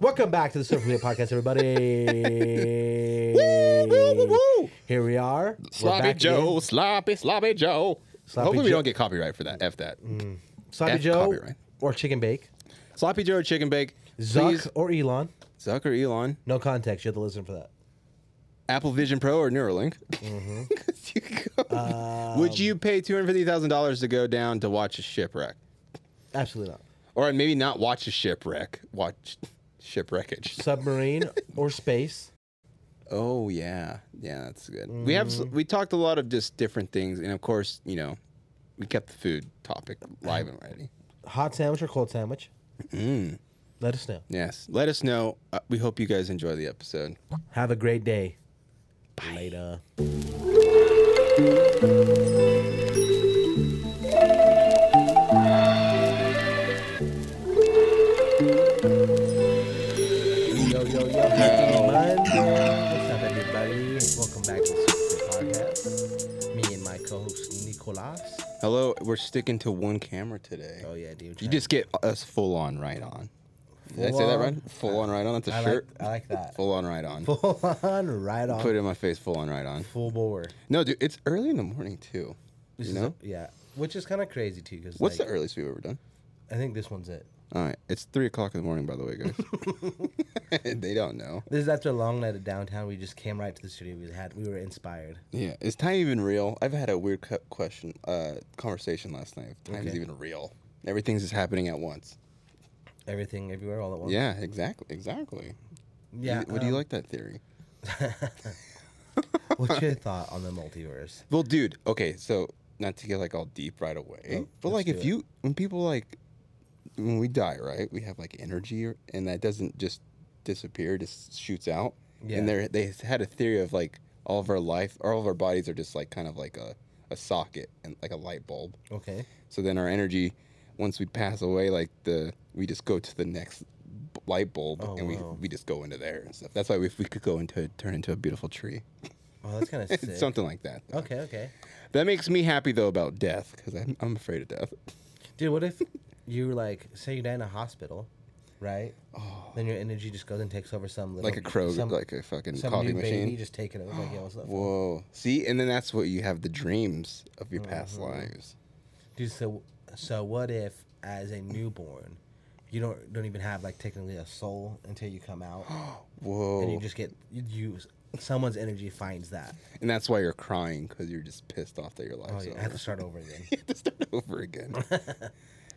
Welcome back to the Surf Media Podcast, everybody. Here we are. We're Sloppy back Joe, again. sloppy, sloppy Joe. Sloppy Hopefully, we Joe. Mm. don't get copyright for that. F that. Sloppy F Joe copyright. or Chicken Bake. Sloppy Joe, chicken bake. Zuck Please, or Elon. Zuck or Elon, No context. You have to listen for that. Apple Vision Pro or Neuralink. Mm-hmm. You go- Would you pay two hundred fifty thousand dollars to go down to watch a shipwreck, Absolutely not. or maybe not watch a shipwreck, watch shipwreckage? Submarine or space. Oh yeah, yeah, that's good. We have s- Mm-hmm. we talked a lot of just different things, and of course, you know, we kept the food topic live and ready. Hot sandwich or cold sandwich. Mm. Let us know. Yes, let us know. Uh, we hope you guys enjoy the episode. Have a great day. Later. Yo, yo, yo. Happy Monday. What's up, everybody? Welcome back to the podcast. Me and my co-host, Nicolas. Hello, we're sticking to one camera today. Oh, yeah, dude. You just get us full on right on. Did I say Full that on? right? Full on right on. That's a I like, shirt. I like that. Full on right on. Full on, right on. Put it in my face. Full on right on. full bore. No, dude, it's early in the morning too. This You is a- know yeah. Which is kind of crazy, too. Cause what's like, the earliest we've ever done? I think this one's it. All right, it's three o'clock in the morning. By the way, guys, they don't know. This is after a long night at downtown. We just came right to the studio. We had we were inspired. Yeah, is time even real? I've had a weird cu- question, uh, conversation last night. If time is Okay. even real? Everything's just happening at once. Everything, everywhere, all at once. Yeah, exactly, exactly. Yeah. Would you um, like that theory? What's your thought on the multiverse? Well, dude, okay, so not to get like all deep right away, Oh, but let's like do it. if you, when people like, when we die, right, we have like energy, or, and that doesn't just disappear; it just shoots out. Yeah. And they they had a theory of like all of our life, all of our bodies are just like kind of like a a socket and like a light bulb. Okay. So then our energy, once we pass away, like the we just go to the next b- light bulb, Oh, and we wow. we just go into there and stuff. That's why if we could go into turn into a beautiful tree, Oh, that's kind of sick. something like that. though. Okay, okay. That makes me happy though about death because I'm, I'm afraid of death. Dude, what if you were like, say you die in a hospital, right? Then your energy just goes and takes over some little Oh. Like a crow, some, like a fucking some coffee new machine. baby just taking over. Like, yeah, what's up? Whoa! See, and then that's what you have the dreams of your past Mm-hmm. lives. Dude, so so what if as a newborn, you don't don't even have like technically a soul until you come out, Whoa! and And, you just get you, you someone's energy finds that. that's why you're crying because you're just pissed off that your Oh, life's yeah, I over. have to start over again. You have to start over again. well,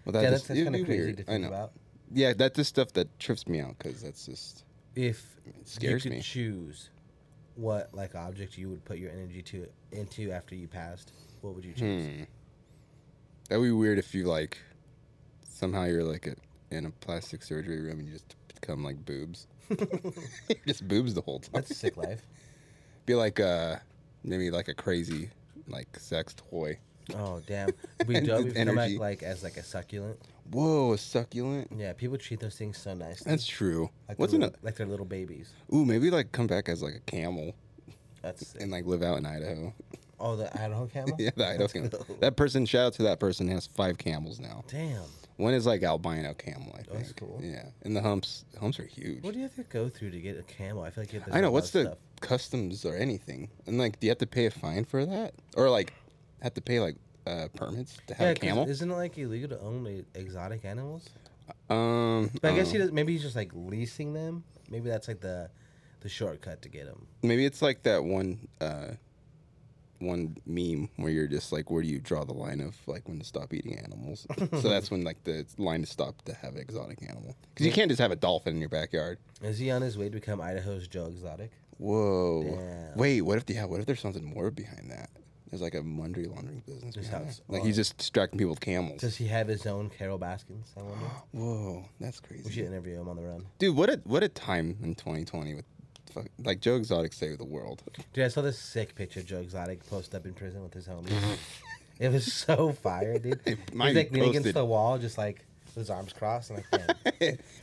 that yeah, that's, just- that's it'd kind of be crazy weird. to I think know. about. Yeah, that's the stuff that trips me out because that's just If you scares could me. choose what like object you would put your energy to into after you passed, what would you Hmm. choose? that would be weird if you like somehow you're like a, in a plastic surgery room and you just become like boobs. You're just boobs the whole time. That's a sick life. Be like uh maybe like a crazy like sex toy. Oh damn, we And do the we come back energy. like as like a succulent. Whoa, a succulent. Yeah, people treat those things so nicely. That's true. like What's they're in a little, like they're little babies. ooh maybe like come back as like a camel That's sick. and like live out in Idaho. oh the Idaho camel. yeah, the Idaho That's camel. cool. That person shout out to that person has five camels now. Damn. One is like albino camel, I think. that's cool. Yeah, and the humps humps are huge. What do you have to go through to get a camel? I feel like you have to I do know. a lot What's of the stuff. customs or anything? And like, do you have to pay a fine for that, or like, have to pay like uh, permits to have yeah, a 'cause camel? Isn't it like illegal to own e- exotic animals? Um, But I, I guess don't he does. Maybe he's just like leasing them. Maybe that's like the the shortcut to get them. know. maybe it's like that one, uh, one meme where you're just like, where do you draw the line of like when to stop eating animals? so that's when like the line to stop to have an exotic animal because you can't just have a dolphin in your backyard. Is he on his way to become Idaho's Joe Exotic? Whoa! Damn. Wait, what if yeah? What if there's something more behind that? There's like a money laundering business. Just behind house- oh, that. Like he's just distracting people with camels. Does he have his own Carol Baskins? I wonder. Whoa, that's crazy. We should interview him on the run. Oh, Dude, what a what a time in 2020 with fuck, like Joe Exotic saved the world. Dude, I saw this sick picture of Joe Exotic post up in prison with his homies. it was so fire, dude. He's might like be leaning against posted. the wall, just like with his arms crossed, and like, man,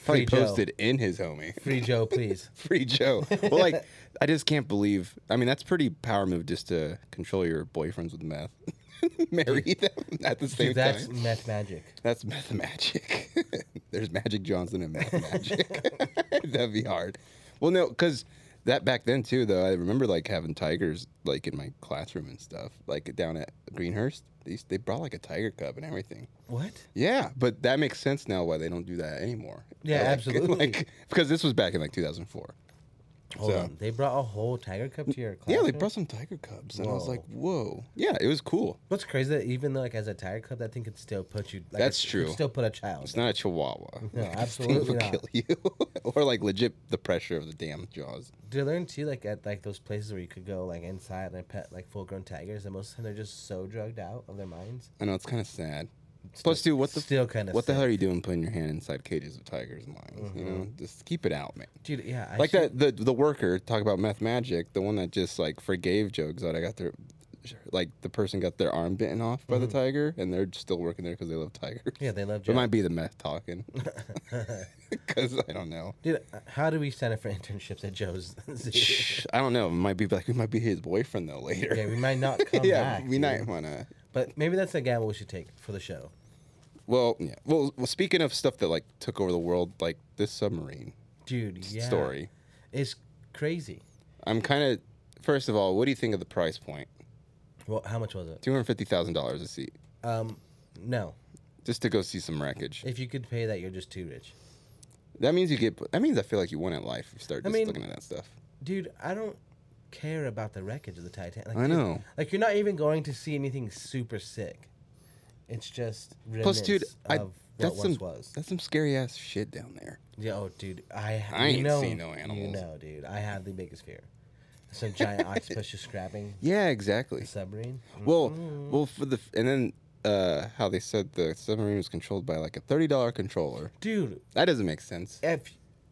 Free Probably Joe. posted in his homie. free Joe, please. Free Joe. Well, like I just can't believe. I mean, that's pretty power move just to control your boyfriends with meth. marry them at the same Dude, that's time. meth magic. That's math magic. There's Magic Johnson and math magic. That'd be hard. Well, no, because that back then too, though. I remember like having tigers like in my classroom and stuff, like down at Greenhurst. They used- they brought like a tiger cub and everything. What? Yeah, but that makes sense now why they don't do that anymore. Yeah, Like- absolutely. Like because this was back in like 2004. Hold So- on. They brought a whole tiger cup to your class. Yeah, they brought some tiger cubs, and I was Whoa. like, whoa. Yeah, it was cool. What's crazy that even though like as a tiger cup, that thing could still put you. Like, That's it could true. Still put a child. It's not a chihuahua. No, Like, this absolutely will not. kill you, or like legit the pressure of the damn jaws. Do you learn too like at like those places where you could go like inside and pet like full grown tigers, and most of the time they're just so drugged out of their minds. I know it's kind of sad. Plus, dude, what the still kind of what the hell are you doing putting your hand inside cages of tigers and lions? You know, just keep it out, man. dude? Yeah, Mm-hmm. I like should- that the the worker talk about meth magic, the one that just like forgave Joe Exotic. I got their like the person got their arm bitten off by the tiger, and they're still working there because they love tigers. Mm-hmm. Yeah, they love It Joe. might be the meth talking, because I don't know. Dude, uh, how do we sign up for internships at Joe's? Zoo? Shh, I don't know. It might be like we might be his boyfriend though later. yeah, we might not come yeah, back. we might dude. wanna. But maybe that's a gamble we should take for the show. Well, yeah. Well, well, speaking of stuff that like took over the world, like this submarine Dude, yeah. story, It's crazy. I'm kind of. First of all, what do you think of the price point? Well, how much was it? Two hundred fifty thousand dollars a seat, Um, no. just to go see some wreckage. If you could pay that, you're just too rich. That means you get. That means I feel like you won at life. If you start I just mean- looking at that stuff. Dude, I don't care about the wreckage of the Titanic. Like, I dude, know. Like you're not even going to see anything super sick. It's just Plus, dude, remnants I of what that's once some was. that's some scary ass shit down there. Yeah, oh, dude, I I you ain't know, seen no animals. You know, dude, I have the biggest fear. Some giant octopus just grabbing Yeah, exactly. the submarine. Well, Mm-hmm. well, for the and then uh how they said the submarine was controlled by like a thirty dollar controller. Dude, That doesn't make sense. if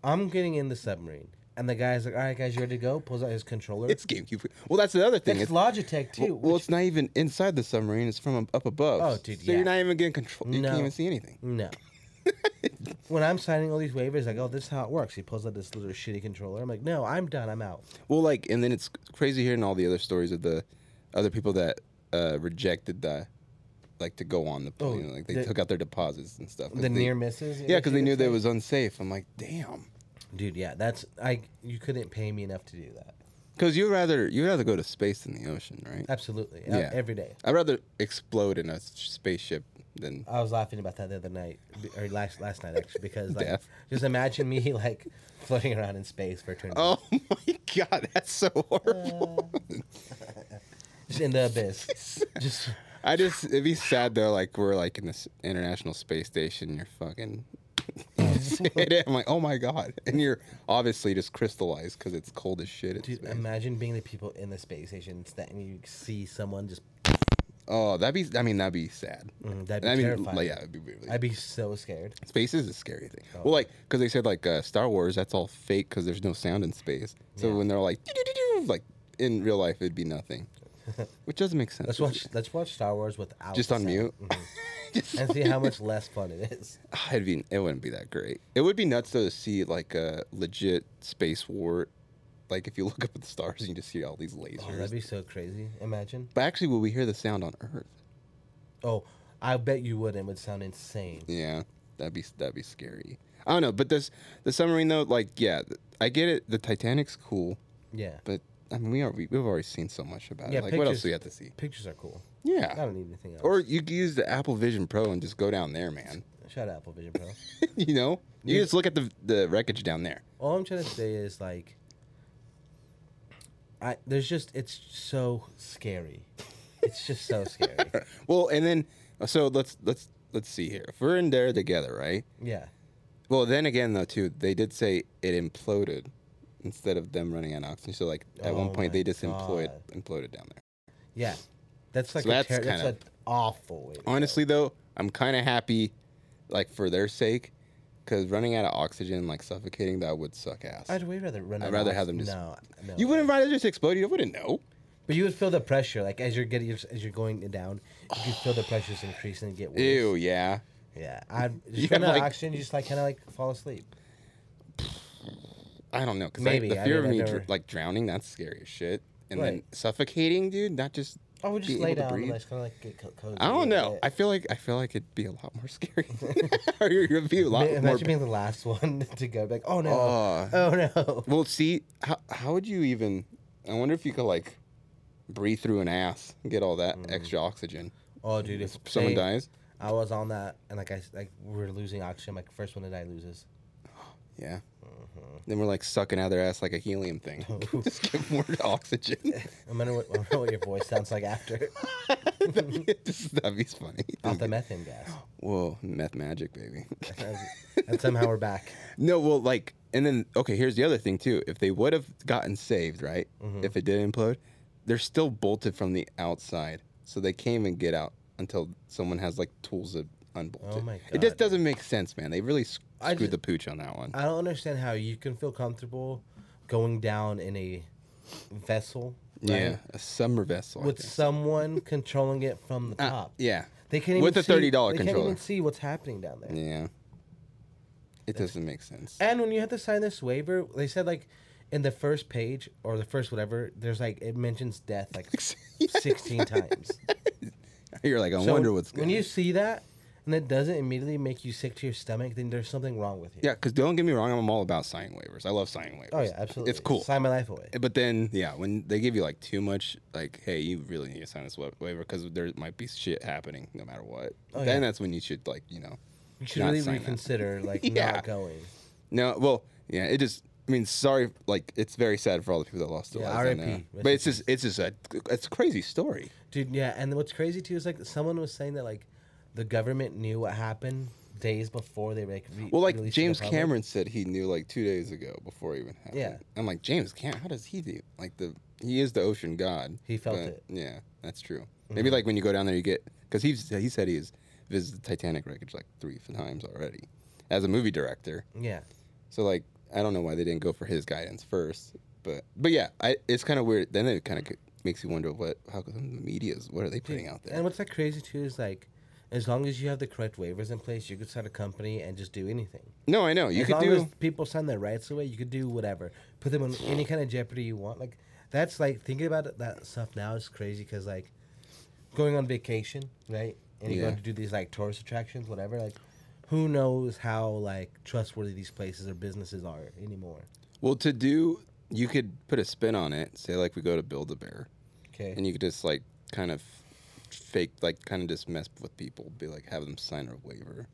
I'm getting in the submarine and the guy's like, "All right, guys, you ready to go?" pulls out his controller. It's GameCube. Well, that's the other thing. That's It's Logitech too. well, well, it's not even inside the submarine. It's from up above. Oh, dude, So yeah. you're not even getting control. You No. can't even see anything. No. when I'm signing all these waivers, like, oh, this is how it works. He pulls out this little shitty controller. I'm like, no, I'm done. I'm out. Well, like, and then it's crazy hearing all the other stories of the other people that uh, rejected the, like, to go on the plane. Oh, like, they the- took out their deposits and stuff. 'cause The they- near misses. Yeah, because they knew that that it was unsafe. I'm like, damn. Dude, yeah, that's I. You couldn't pay me enough to do that. Because you rather you rather go to space than the ocean, right? Absolutely. Yeah. Yeah. Every day. I'd rather explode in a s- spaceship than I was laughing about that the other night, b- or last last night actually, because like, Death. just imagine me like floating around in space for eternity, Oh my god, that's so Uh, horrible. just in the abyss, just I just it'd be sad though, like we're like in this international space station, you're fucking. I'm like, oh my god, and you're obviously just crystallized because it's cold as shit. in Dude, space. imagine being the people in the space station that and you see someone just. oh, that'd be. I mean, that'd be sad. Mm, that'd be I mean, terrifying. like, yeah, it'd be really. I'd Oh, be so scared. space is a scary thing. Well, like because they said like uh, Star Wars, that's all fake because there's no sound in space. So Yeah. when they're like, "Doo-doo-doo-doo," like in real life, it'd be nothing, which doesn't make sense. Let's watch. Let's watch Star Wars without. Just on sound Mm-hmm. mute. Just and see how much less fun it is. Ah, It'd be, it wouldn't be that great. It would be nuts though to see like a legit space war. Like if you look up at the stars, you just see all these lasers. Oh, that'd be so crazy. Imagine. but actually, will we hear the sound on Earth? Oh, I bet you would. It would sound insane. Yeah, that'd be that'd be scary. I don't know, but this the submarine though, like yeah, th- I get it. The Titanic's cool, Yeah. but I mean we are we, we've already seen so much about Yeah, it. Like what pictures- else do we have to see? Pictures are cool. I Yeah, don't need anything else. Ah. or you could use the Apple Vision Pro and just go down there, man. Shout out Apple Vision Pro. you know, you just look at the the wreckage down there. All I'm trying to say is like, I there's just it's so scary. It's just so scary. Well, and then so let's let's let's see here. If we're in there together, right? Yeah. Well, then again though too, they did say it imploded instead of them running out of oxygen. So like at one Oh point my they just imploded God. imploded down there. Yeah. That's like So a that's that's, that's kind an of- awful way. to go. Honestly though, I'm kind of happy, like for their sake, because running out of oxygen, like suffocating, that would suck ass. I'd way rather run. I'd an rather ox- have them just- No, no. you wouldn't rather just explode. You wouldn't know. But you would feel the pressure, like as you're getting as you're going down, you could feel the pressures increasing and get worse. Ew, yeah. Yeah, I You just run have, out of like- oxygen, you just like kind of like fall asleep. I don't know because Maybe, the I fear mean, I've of me dr- never- like drowning that's scary as shit, and then Right. suffocating, dude. Not just I would just be lay able to down, and breathe? like, kind of like get co- cozy. I a don't little know. bit. I feel like I feel like it'd be a lot more scary. or it'd be a lot Ma- more. Imagine being the last one to go. Be like, oh no, Oh. oh no. Well, see, how how would you even? I wonder if you could like breathe through an ass and get all that extra oxygen. Oh, Mm. dude, if Someone they- dies. I was on that, and like I s- like we we're losing oxygen. Like first one to die loses. Yeah. Mm-hmm. Then we're like sucking out their ass like a helium thing. Just give more oxygen. I wonder what, I wonder what your voice sounds like after that'd, be, just- that'd be funny. off the methane gas. Whoa, meth magic, baby. and somehow we're back. no, well, like, and then okay, here's the other thing too. If they would have gotten saved, right? Mm-hmm. If it did implode, they're still bolted from the outside, so they can't even get out until someone has like tools to unbolt Oh it. my It God, just doesn't make sense, man. They really sc- I screwed just- the pooch on that one. I don't understand how you can feel comfortable going down in a vessel. right? Yeah, a summer vessel. I With think. someone controlling it from the Uh, top. yeah, They can't even with a see- $30 They can't controller. even see what's happening down there. yeah. It doesn't make sense. And when you had to sign this waiver, they said like in the first page or the first whatever, there's like it mentions death like sixteen times. You're like, I So wonder what's when going. you on. see that and it doesn't immediately make you sick to your stomach, then there's something wrong with you. Yeah, because don't get me wrong, I'm all about signing waivers. I love signing waivers. Oh yeah, absolutely. It's cool. Sign my life away. But then, yeah, when they give you like too much, like, hey, you really need to sign this wa- waiver because there might be shit happening no matter what. Oh, then yeah. that's when you should like, you know, You should not really sign that. reconsider like Yeah. not going. no, well, yeah, it just. I mean, sorry, like it's very sad for all the people that lost their Yeah, lives. I RIP. know. Rest But in it's just, it's just a, it's a crazy story. Dude, yeah, and what's crazy too is like someone was saying that like the government knew what happened days before they like re- Well, like released it to the James public. Cameron said, he knew like two days ago before it even happened. Yeah. I'm like James Cameron. How does he do? Like the he is the ocean god. He felt it. Mm-hmm. Yeah, that's true. Maybe like when you go down there, you get because he's he said he's visited the Titanic wreckage like three times already as a movie director. Yeah. So like I don't know why they didn't go for his guidance first, but but yeah, I it's kind of weird. Then it kind of makes you wonder what how come the media's what are they putting out there? And what's like crazy too is like as long as you have the correct waivers in place, you could start a company and just do anything. No, I know you as could long do. as people sign their rights away, you could do whatever. Put them in any kind of jeopardy you want. Like that's like thinking about it- that stuff now is crazy because like going on vacation, right? And you go Yeah. to do these like tourist attractions, whatever. Like who knows how like trustworthy these places or businesses are anymore? Well, to do, you could put a spin on it. Say, like, we go to Build a Bear, Okay. and you could just, like, kind of fake, like, kind of just mess with people, be like, have them sign a waiver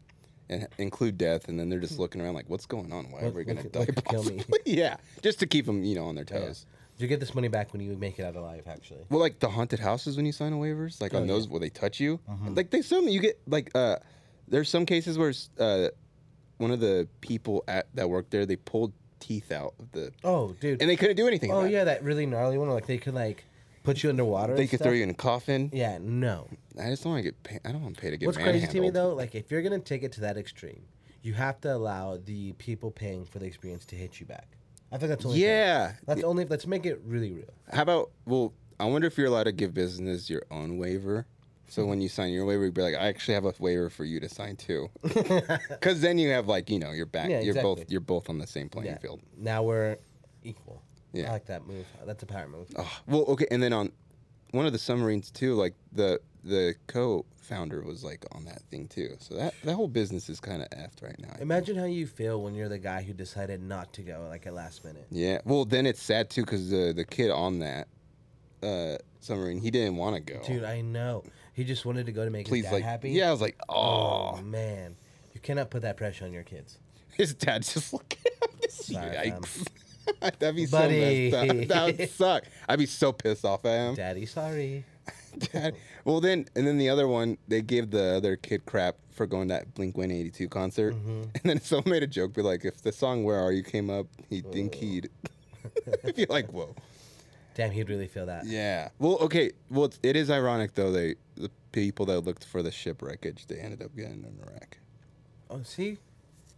and h- include death. And then they're just looking around, like, what's going on? Why are Hmm. What- we what going to could- die? what could kill me? possibly? yeah. Just to keep them, you know, on their Yeah. toes. You get this money back when you make it out alive, actually. Well, like the haunted houses when you sign a waivers, like Oh, Mm-hmm. on those where they touch you, like they some you get like uh, there's some cases where uh, one of the people at that worked there they pulled teeth out of the Oh, dude. and they couldn't do anything. Oh about it. yeah, that really gnarly one. where, Like they could like put you underwater. They and could stuff. throw you in a coffin. Yeah, no. I just don't want to get. Pay- I don't want to pay to get. What's crazy to me manhandled. though, like if you're gonna take it to that extreme, you have to allow the people paying for the experience to hit you back. I think that's only fair. Yeah. That's only let's make it really real. How about? Well, I wonder if you're allowed to give business your own waiver. So when you sign your waiver, you'd be like, I actually have a waiver for you to sign too. Because then you have like you know you're back. Yeah, you're both exactly. you're both on the same playing Yeah. field. Now we're equal. Yeah. I like that move. That's a power move. Oh, well, okay, and then on one of the submarines too, like the the co-founder was like on that thing too. So that that whole business is kind of effed right now. I think. Imagine how you feel when you're the guy who decided not to go like at last minute. Yeah. Well, then it's sad too because the the kid on that uh, submarine he didn't want to go. Dude, I know. He just wanted to go to make Please, his dad like, happy. yeah, I was like, Oh, oh, man. You cannot put that pressure on your kids. his dad's just looking. at him. Sorry, fam. Yikes. That'd be Buddy. so messed up. That would suck. I'd be so pissed off at him. Daddy, sorry. Dad. Well, then, and then the other one, they gave the other kid crap for going to that Blink 182 concert. Mm-hmm. And then someone made a joke, be like, if the song Where Are You came up, he'd think he'd. I'd be like, whoa. Damn, he'd really feel that. Yeah. Well, okay. Well, it's, it is ironic, though, they the people that looked for the ship wreckage, they ended up getting in a wreck. Oh, see?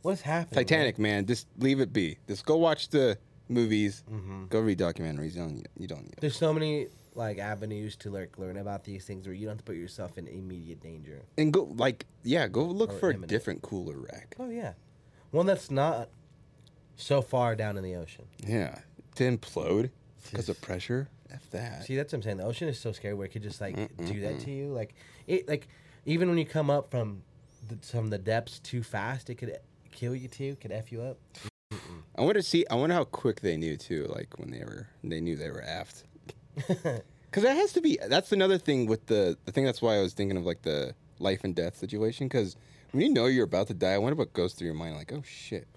What's happening? man? Titanic, man, just leave it be. Just go watch the movies, go read documentaries. You don't, you don't need it. There's so many like avenues to like learn about these things where you don't have to put yourself in immediate danger. And go, like, yeah, go look Or for a imminent. different, cooler wreck. Oh yeah, one that's not so far down in the ocean. Yeah. To implode. Because of pressure? F that. See, that's what I'm saying. The ocean is so scary where it could just like do that to you. Like it, like even when you come up from the, from the depths too fast, it could kill you too. Could f you up. I want to see. I wonder how quick they knew too. Like when they were, they knew they were aft. Because that has to be. That's another thing with the. I think that's why I was thinking of like the life and death situation. Because when you know you're about to die, I wonder what goes through your mind. Like, oh shit.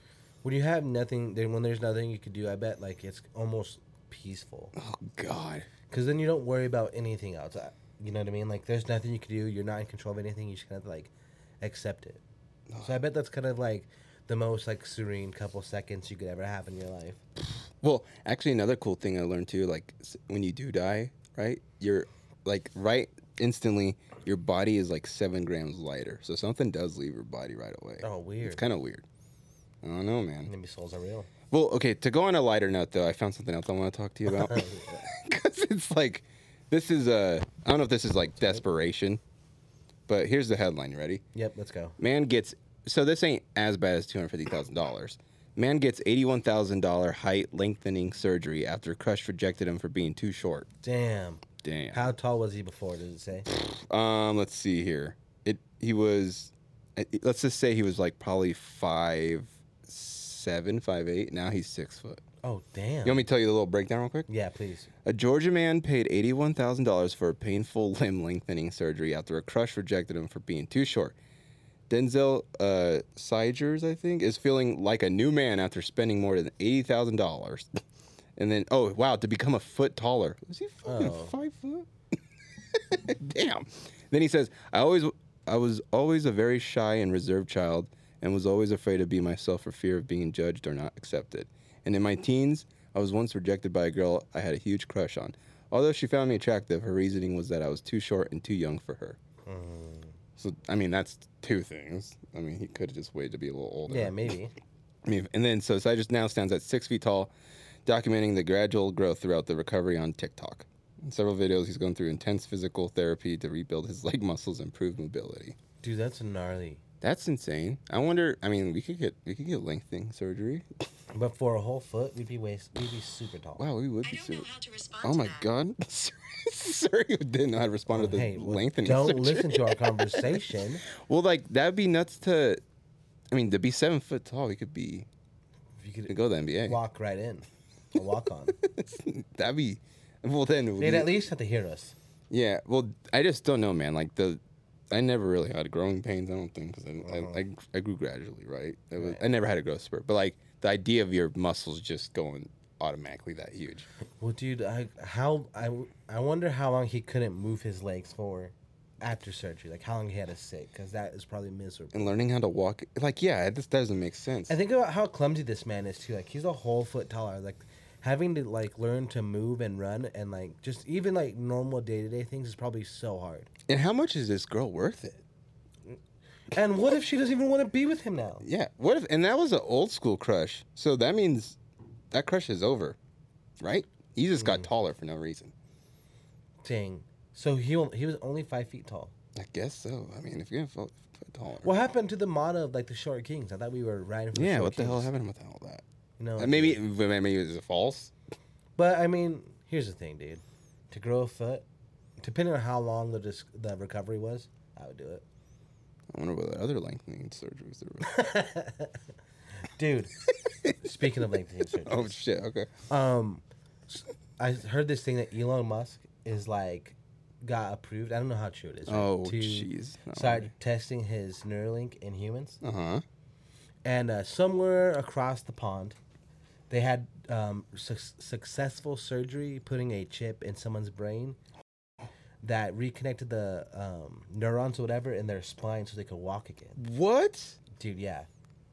When you have nothing, then when there's nothing you could do, I bet like it's almost peaceful Oh god. because then you don't worry about anything else. I- You know what I mean? Like there's nothing you could do. You're not in control of anything. You just kind of like accept it. So I bet that's kind of like the most like serene couple seconds you could ever have in your life. Well, actually, another cool thing I learned too. Like s- when you do die, right? You're like right instantly. Your body is like seven grams lighter. So something does leave your body right away. Oh, weird. It's kind of weird. I don't know, man. Maybe souls are real. Well, okay, to go on a lighter note, though, I found something else I want to talk to you Oh, about. Because it's like, this is a, I don't know if this is like desperation, but here's the headline. You ready? Yep, let's go. Man gets, so this ain't as bad as $250,000. Man gets $81,000 height lengthening surgery after crush rejected him for being too short. Damn. Damn. How tall was he before? Does it say? Um, let's see here. It he was, uh, let's just say he was like probably five seven, five eight. Now he's six foot. Oh damn. You want me to tell you the little breakdown real quick? yeah, please. A Georgia man paid $81,000 for a painful limb lengthening surgery after a crush rejected him for being too short. Denzel uh, Sigers, I think, is feeling like a new man after spending more than $80,000. And then, oh, wow, to become a foot taller. Was he fucking Oh. five foot? Damn. Then he says, I always, I was always a very shy and reserved child and was always afraid to be myself for fear of being judged or not accepted. And in my teens, I was once rejected by a girl I had a huge crush on. Although she found me attractive, her reasoning was that I was too short and too young for her. So, I mean, that's two things. I mean, he could have just waited to be a little older. Yeah, maybe. I mean, and then so Cyrus now stands at six feet tall, documenting the gradual growth throughout the recovery on TikTok. In several videos, he's going through intense physical therapy to rebuild his leg muscles and improve mobility. Dude, that's gnarly. That's insane. I wonder. I mean, we could get we could get lengthening surgery. But for a whole foot, we'd be waist, we'd be super tall. Wow, we would I be. don't know Super. how to respond Oh to my that. god, Sorry, you didn't know how to respond to the Hey, well, lengthening. don't surgery. listen to our conversation. Well, like that'd be nuts to. I mean, to be seven foot tall, we could be You we could could go to the NBA. walk right in, a walk on. that'd be. Well, then They'd we- at least have to hear us. Yeah, well, I just don't know, man. Like the, I never really had growing pains. I don't think because I, Uh-huh. I, I I grew gradually, right? It was, I never had a growth spurt, but like the idea of your muscles just going automatically that huge. Well, dude, I how I I wonder how long he couldn't move his legs for after surgery. Like how long he had to sit, because that is probably miserable. And learning how to walk, like yeah, this doesn't make sense. And think about how clumsy this man is too. Like he's a whole foot taller. Like having to like learn to move and run and like just even like normal day to day things is probably so hard. And how much is this girl worth it? And what if she doesn't even want to be with him now? Yeah. What if? And that was an old school crush, so that means that crush is over, right? He just Mm-hmm. got taller for no reason. Dang. So he on- he was only five feet tall. I guess so. I mean, if you're gonna fo- foot taller. What happened to the motto of like the short kings? I thought we were riding for yeah. short What the hell kings. happened with all that? You know, Uh, Maybe maybe it was false. But I mean, here's the thing, dude. To grow a foot, depending on how long the dis- the recovery was, I would do it. I wonder what other lengthening surgeries there were. Dude, speaking of lengthening surgery, oh shit! Okay. Um, s- I heard this thing that Elon Musk is like got approved. I don't know how true it is. right, Oh, to jeez. No Start way. testing his Neuralink in humans, Uh huh. and uh, somewhere across the pond, they had um, suc successful surgery putting a chip in someone's brain that reconnected the um, neurons or whatever in their spine so they could walk again. What? Dude, yeah,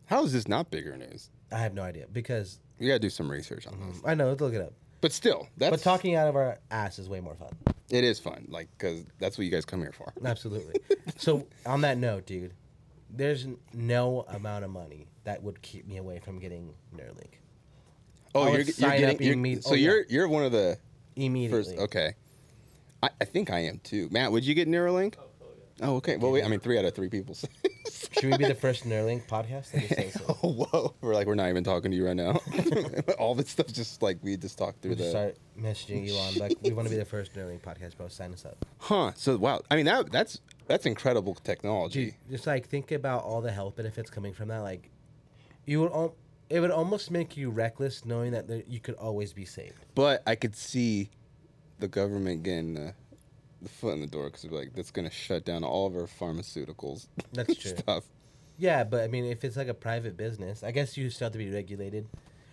How is this not bigger news? I have no idea because We gotta do some research on this. I know. Let's look it up. But still, that's Mm. But talking out of our ass is way more fun. it is fun, like because that's what you guys come here for. Absolutely. so on that note, dude, there's n- no amount of money that would keep me away from getting Neuralink Oh, would you're, you're sign getting up you're, imme- so oh, yeah. you're you're one of the immediately. first. Okay. I, I think I am too. Matt, would you get Neuralink? Oh, okay. Well, wait. I mean, three out of three people. Should we be the first Nerling podcast? Let me say so. Oh, whoa. We're like, we're not even talking to you right now. All this stuff just like we just talked through We just the. start messaging Elon like we want to be the first Nerling podcast, bro. Sign us up, Huh. So wow. I mean that that's that's incredible technology. dude. Just like think about all the health benefits coming from that. Like, you would al- it would almost make you reckless knowing that there, you could always be saved. But I could see the government getting the, the foot in the door because like that's gonna shut down all of our pharmaceuticals. That's true. stuff. Yeah, but I mean, if it's like a private business, I guess you still have to be regulated,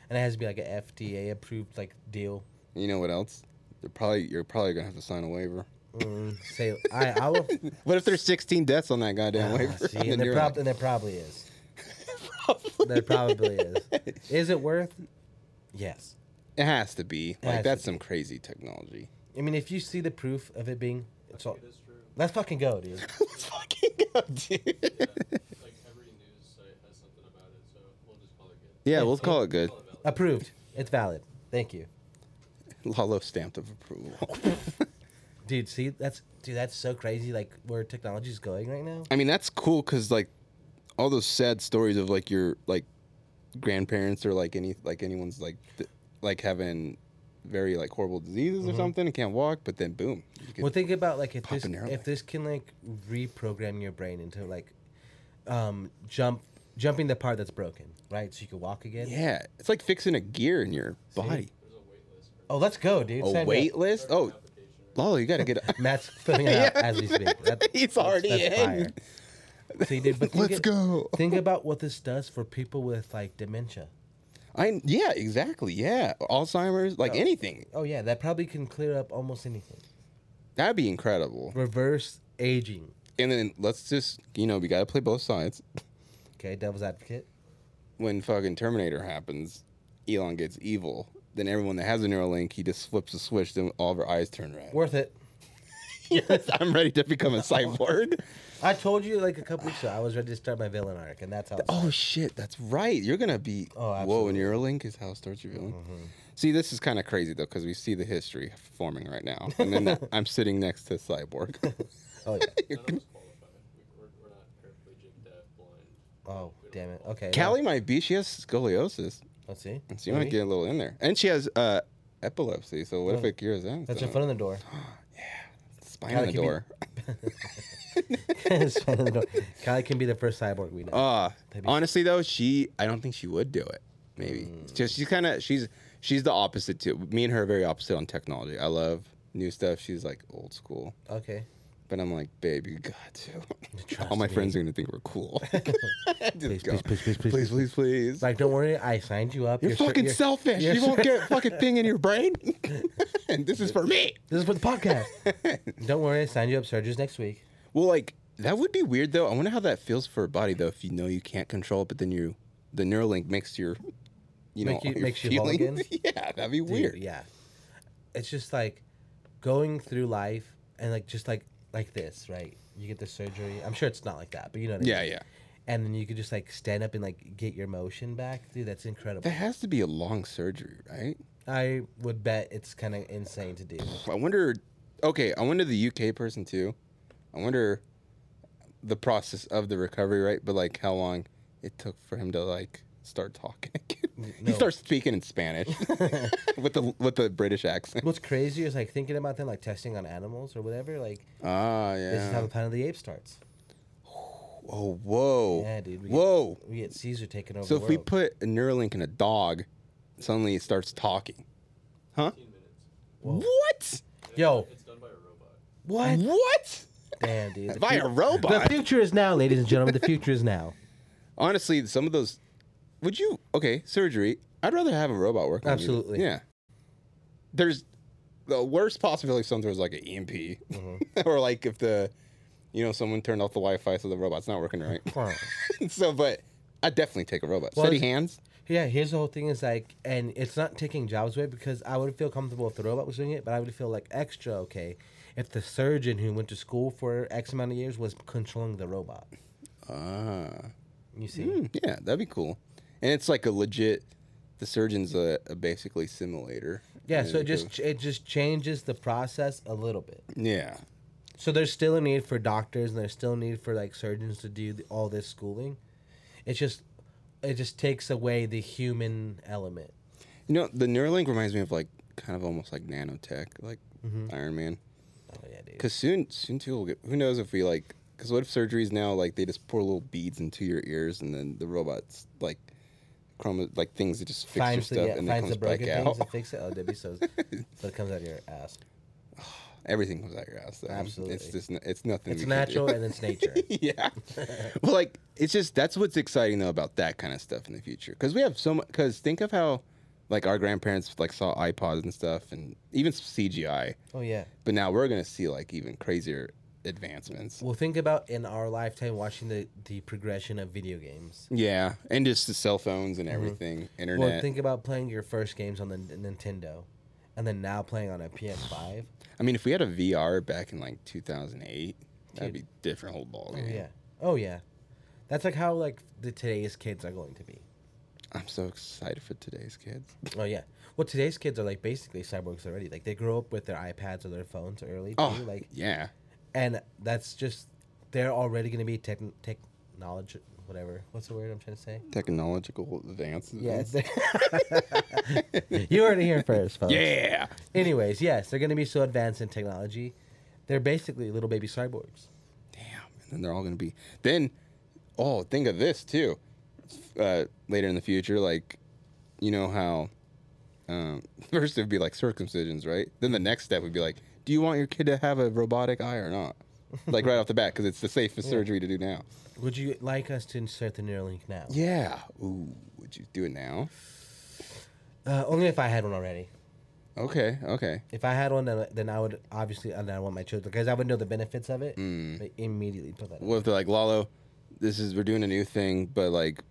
and it has to be like a FDA approved like deal. You know what else? They're probably you're probably gonna have to sign a waiver. Mm, say I, I will. What if there's 16 deaths on that goddamn Ah, waiver? see, And and then there, you're prob- like, and there probably is. There probably is. Is it worth? Yes. it has to be. Like has that's to some crazy technology. I mean, if you see the proof of it being, it's all, It is true. let's fucking go, dude. Let's fucking go, dude. Like every news site has something about it, so we'll just call it good. Yeah, we'll call it good. Call it valid. Approved. It's valid. Thank you, Lalo stamped of approval. dude. See, that's dude. That's so crazy. Like where technology is going right now. I mean, that's cool because like all those sad stories of like your like grandparents or like any like anyone's like th- like having very like horrible diseases or something and can't walk, but then boom, you get- Well, think about like if pop this an arrow. if this can like reprogram your brain into like, um, jump jumping the part that's broken, right? So you can walk again. yeah, it's like fixing a gear in your body. There's a wait list for Oh, let's go, dude. A Sign me wait up. list? Oh, application. Lalo, you gotta get. A- Matt's filling it out as we speak. That's- He's already in. fire. See, dude, but think Let's it- go. Think about what this does for people with like dementia. I yeah, exactly. Yeah, Alzheimer's, like anything. Oh yeah, that probably can clear up almost anything. That'd be incredible. Reverse aging. And then let's just you know we gotta play both sides. Okay, devil's advocate. when fucking Terminator happens, Elon gets evil. Then everyone that has a Neuralink, he just flips a switch, then all of our eyes turn red. Worth it. yes, I'm ready to become a cyborg. I told you like a couple weeks ago I was ready to start my villain arc, and that's how. It's oh shit, that's right. You're gonna be. Oh, Mm-hmm. whoa, a Neuralink is how it starts your villain. See, this is kind of crazy though, because we see the history forming right now, and then I'm sitting next to cyborg. oh yeah. None of us qualify. We, we're, we're not paraplegic, deaf, blind. Oh We don't damn it. qualify. Okay. well, Callie might be. She has scoliosis, Let's see. so you might Maybe. get a little in there, and she has uh, epilepsy. So what if Well, it cures that? Oh. That's So- your foot in the door. Spine on Callie the can be- door. It's foot in the door. Kylie can be the first cyborg we know. Uh That'd be- honestly though, she I don't think she would do it. Maybe. It's Mm. Just she's kinda she's she's the opposite too. Me and her are very opposite on technology. I love new stuff. She's like old school. okay. But I'm like, babe, you got to. Trust All my me. friends are gonna think we're cool. Please, please, please, please, please, please, please, please, please. Like, don't worry, I signed you up. You're, cer- fucking selfish. you're You won't cer- get a fucking thing in your brain. and this is for me. This is for the podcast. don't worry, I signed you up. Surgeries next week. Well, like that would be weird though. I wonder how that feels for a body though, if you know you can't control it, but then you the Neuralink makes your you Make know you- your makes you whole feelings- again? yeah, that'd be Dude, weird. Yeah. It's just like going through life and like just like like this, right? You get the surgery. I'm sure it's not like that, but you know what I Yeah, mean. yeah. And then you could just like stand up and like get your motion back. Dude, that's incredible. That has to be a long surgery, right? I would bet it's kind of insane to do. I wonder. Okay, I wonder the UK person too. I wonder the process of the recovery, right? But like how long it took for him to like start talking again. no. He starts speaking in Spanish with the with the British accent. What's crazy is like thinking about them like testing on animals or whatever. Like Ah, this is how yeah. the Planet of the Apes starts. Oh, whoa, Yeah, dude, we- whoa. We get Caesar taking over. So the if we world. put a Neuralink in a dog, suddenly it starts talking. Huh? 15 minutes. What? yo, It's done by a robot. what? What? Damn, dude. the By fu- a robot? The future is now, ladies and gentlemen. The future is now. Honestly, some of those. Would you? Okay, surgery. I'd rather have a robot working. on me. Absolutely. Yeah. There's the worst possibility. Something was like an EMP, Mm-hmm. or like if the, you know, someone turned off the Wi-Fi so the robot's not working right. so, but I would definitely take a robot. Well, Steady it's- hands. Yeah, here's the whole thing is like, and it's not taking jobs away because I would feel comfortable if the robot was doing it, but I would feel like extra okay if the surgeon who went to school for X amount of years was controlling the robot. Ah. You see? Hmm, yeah, that'd be cool. And it's like a legit. The surgeon's a, a basically simulator. Yeah, And so it you just it just changes the process a little bit. go- Yeah. So there's still a need for doctors and there's still a need for like surgeons to do the, all this schooling. It's just it just takes away the human element. You know, the Neuralink reminds me of like kind of almost like nanotech, like Mm-hmm. Iron Man. Oh yeah, dude. Because soon, soon too, we'll get, who knows if we like, because what if surgeries now, like they just pour little beads into your ears and then the robots, like, chromo, like things that just fix Finds your the, stuff yeah, and then finds comes the back broken things out. and fix it. Oh, that'd be so. so it comes out of your ass. Everything comes out your ass. though. It's Absolutely. just, n- it's nothing. It's we can do. natural and it's nature. yeah. well, like it's just that's what's exciting though about that kind of stuff in the future because we have so much. Because think of how like our grandparents like saw iPods and stuff and even some CGI, Oh yeah. but now we're gonna see like even crazier advancements. Well, think about in our lifetime watching the the progression of video games. Yeah, and just the cell phones and everything, internet. Mm-hmm. Well, think about playing your first games on the N- Nintendo, and then now playing on a PS5. I mean, if we had a VR back in like 2008, that'd be different whole ball game. Yeah. Oh yeah. That's like how like the today's kids are going to be. I'm so excited for today's kids. Oh yeah. Well, today's kids are like basically cyborgs already. Like they grow up with their iPads or their phones early. Too. Oh, Like, yeah. and that's just they're already going to be techn technology, whatever. What's the word I'm trying to say? Technological advances. Yeah. you heard it here first, folks. Yeah. Anyways, yes, they're going to be so advanced in technology. They're basically little baby cyborgs. Damn. And then they're all going to be. Then, oh, think of this too. Uh, later in the future, like, you know how um, first it would be like circumcisions, right? Then the next step would be like, do you want your kid to have a robotic eye or not? Like right off the bat, because it's the safest surgery to do now. Would you like us to insert the Neuralink now? Yeah. Ooh, would you do it now? Uh, only if I had one already. Okay. Okay. If I had one, then, then I would obviously, and I want my children because I would know the benefits of it. But immediately put that. What if they're like, Lalo, this is we're doing a new thing, but like,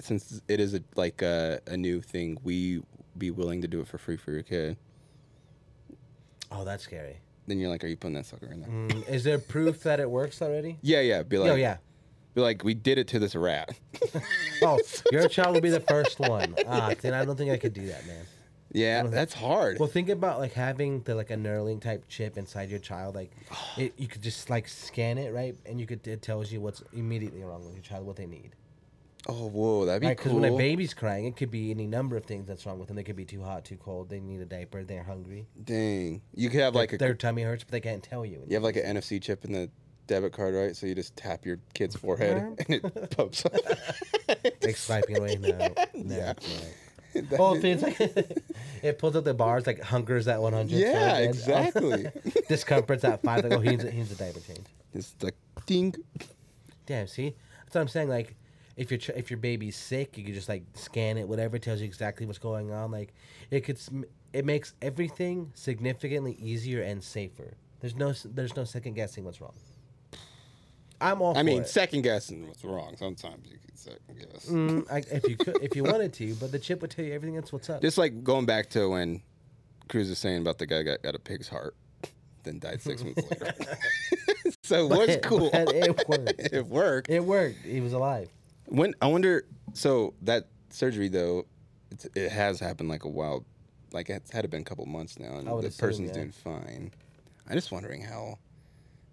since it is a, like a, a new thing, we be willing to do it for free for your kid. Oh, that's scary. Then you're like, are you putting that sucker in there? Mm, is there proof that it works already? Yeah, yeah. Be like, oh yeah. Be like, we did it to this rat. Oh, your child will be the first one. Ah, then I don't think I could do that, man. yeah, that's hard. Well, think about like having the like a Neuralink type chip inside your child. Like, it, you could just like scan it right, and you could it tells you what's immediately wrong with your child, what they need. oh, whoa, that'd be Right, because cool. when a baby's crying, it could be any number of things that's wrong with them. They could be too hot, too cold. They need a diaper. They're hungry. Dang, you could have like a Their tummy hurts, but they can't tell you. you have like an NFC chip in the debit card, right? So you just tap your kid's forehead and it pops up. like swiping away. No, no. no. Well, if it's like it pulls up the bars, like hungers at one hundred. yeah, exactly. Discomforts at five. Like, oh, he needs, a- he needs a diaper change. it's like ding. Damn. See, that's what I'm saying. Like, if your ch- if your baby's sick, you could just like scan it. Whatever tells you exactly what's going on. Like, it could. sm- It makes everything significantly easier and safer. There's no s- there's no second guessing what's wrong. I'm all. I for mean, it. second guessing what's wrong. Sometimes you can second guess. Mm, I, if you could, if you wanted to, but the chip would tell you everything else. What's up? Just like going back to when Cruz is saying about the guy that got a pig's heart, then died six months later. so it was But- cool. but it worked. it worked. It worked. He was alive. When I wonder, so that surgery though, it's, it has happened like a while, like it's had been a couple months now, and I would the assume, person's yeah. doing fine. I'm just wondering how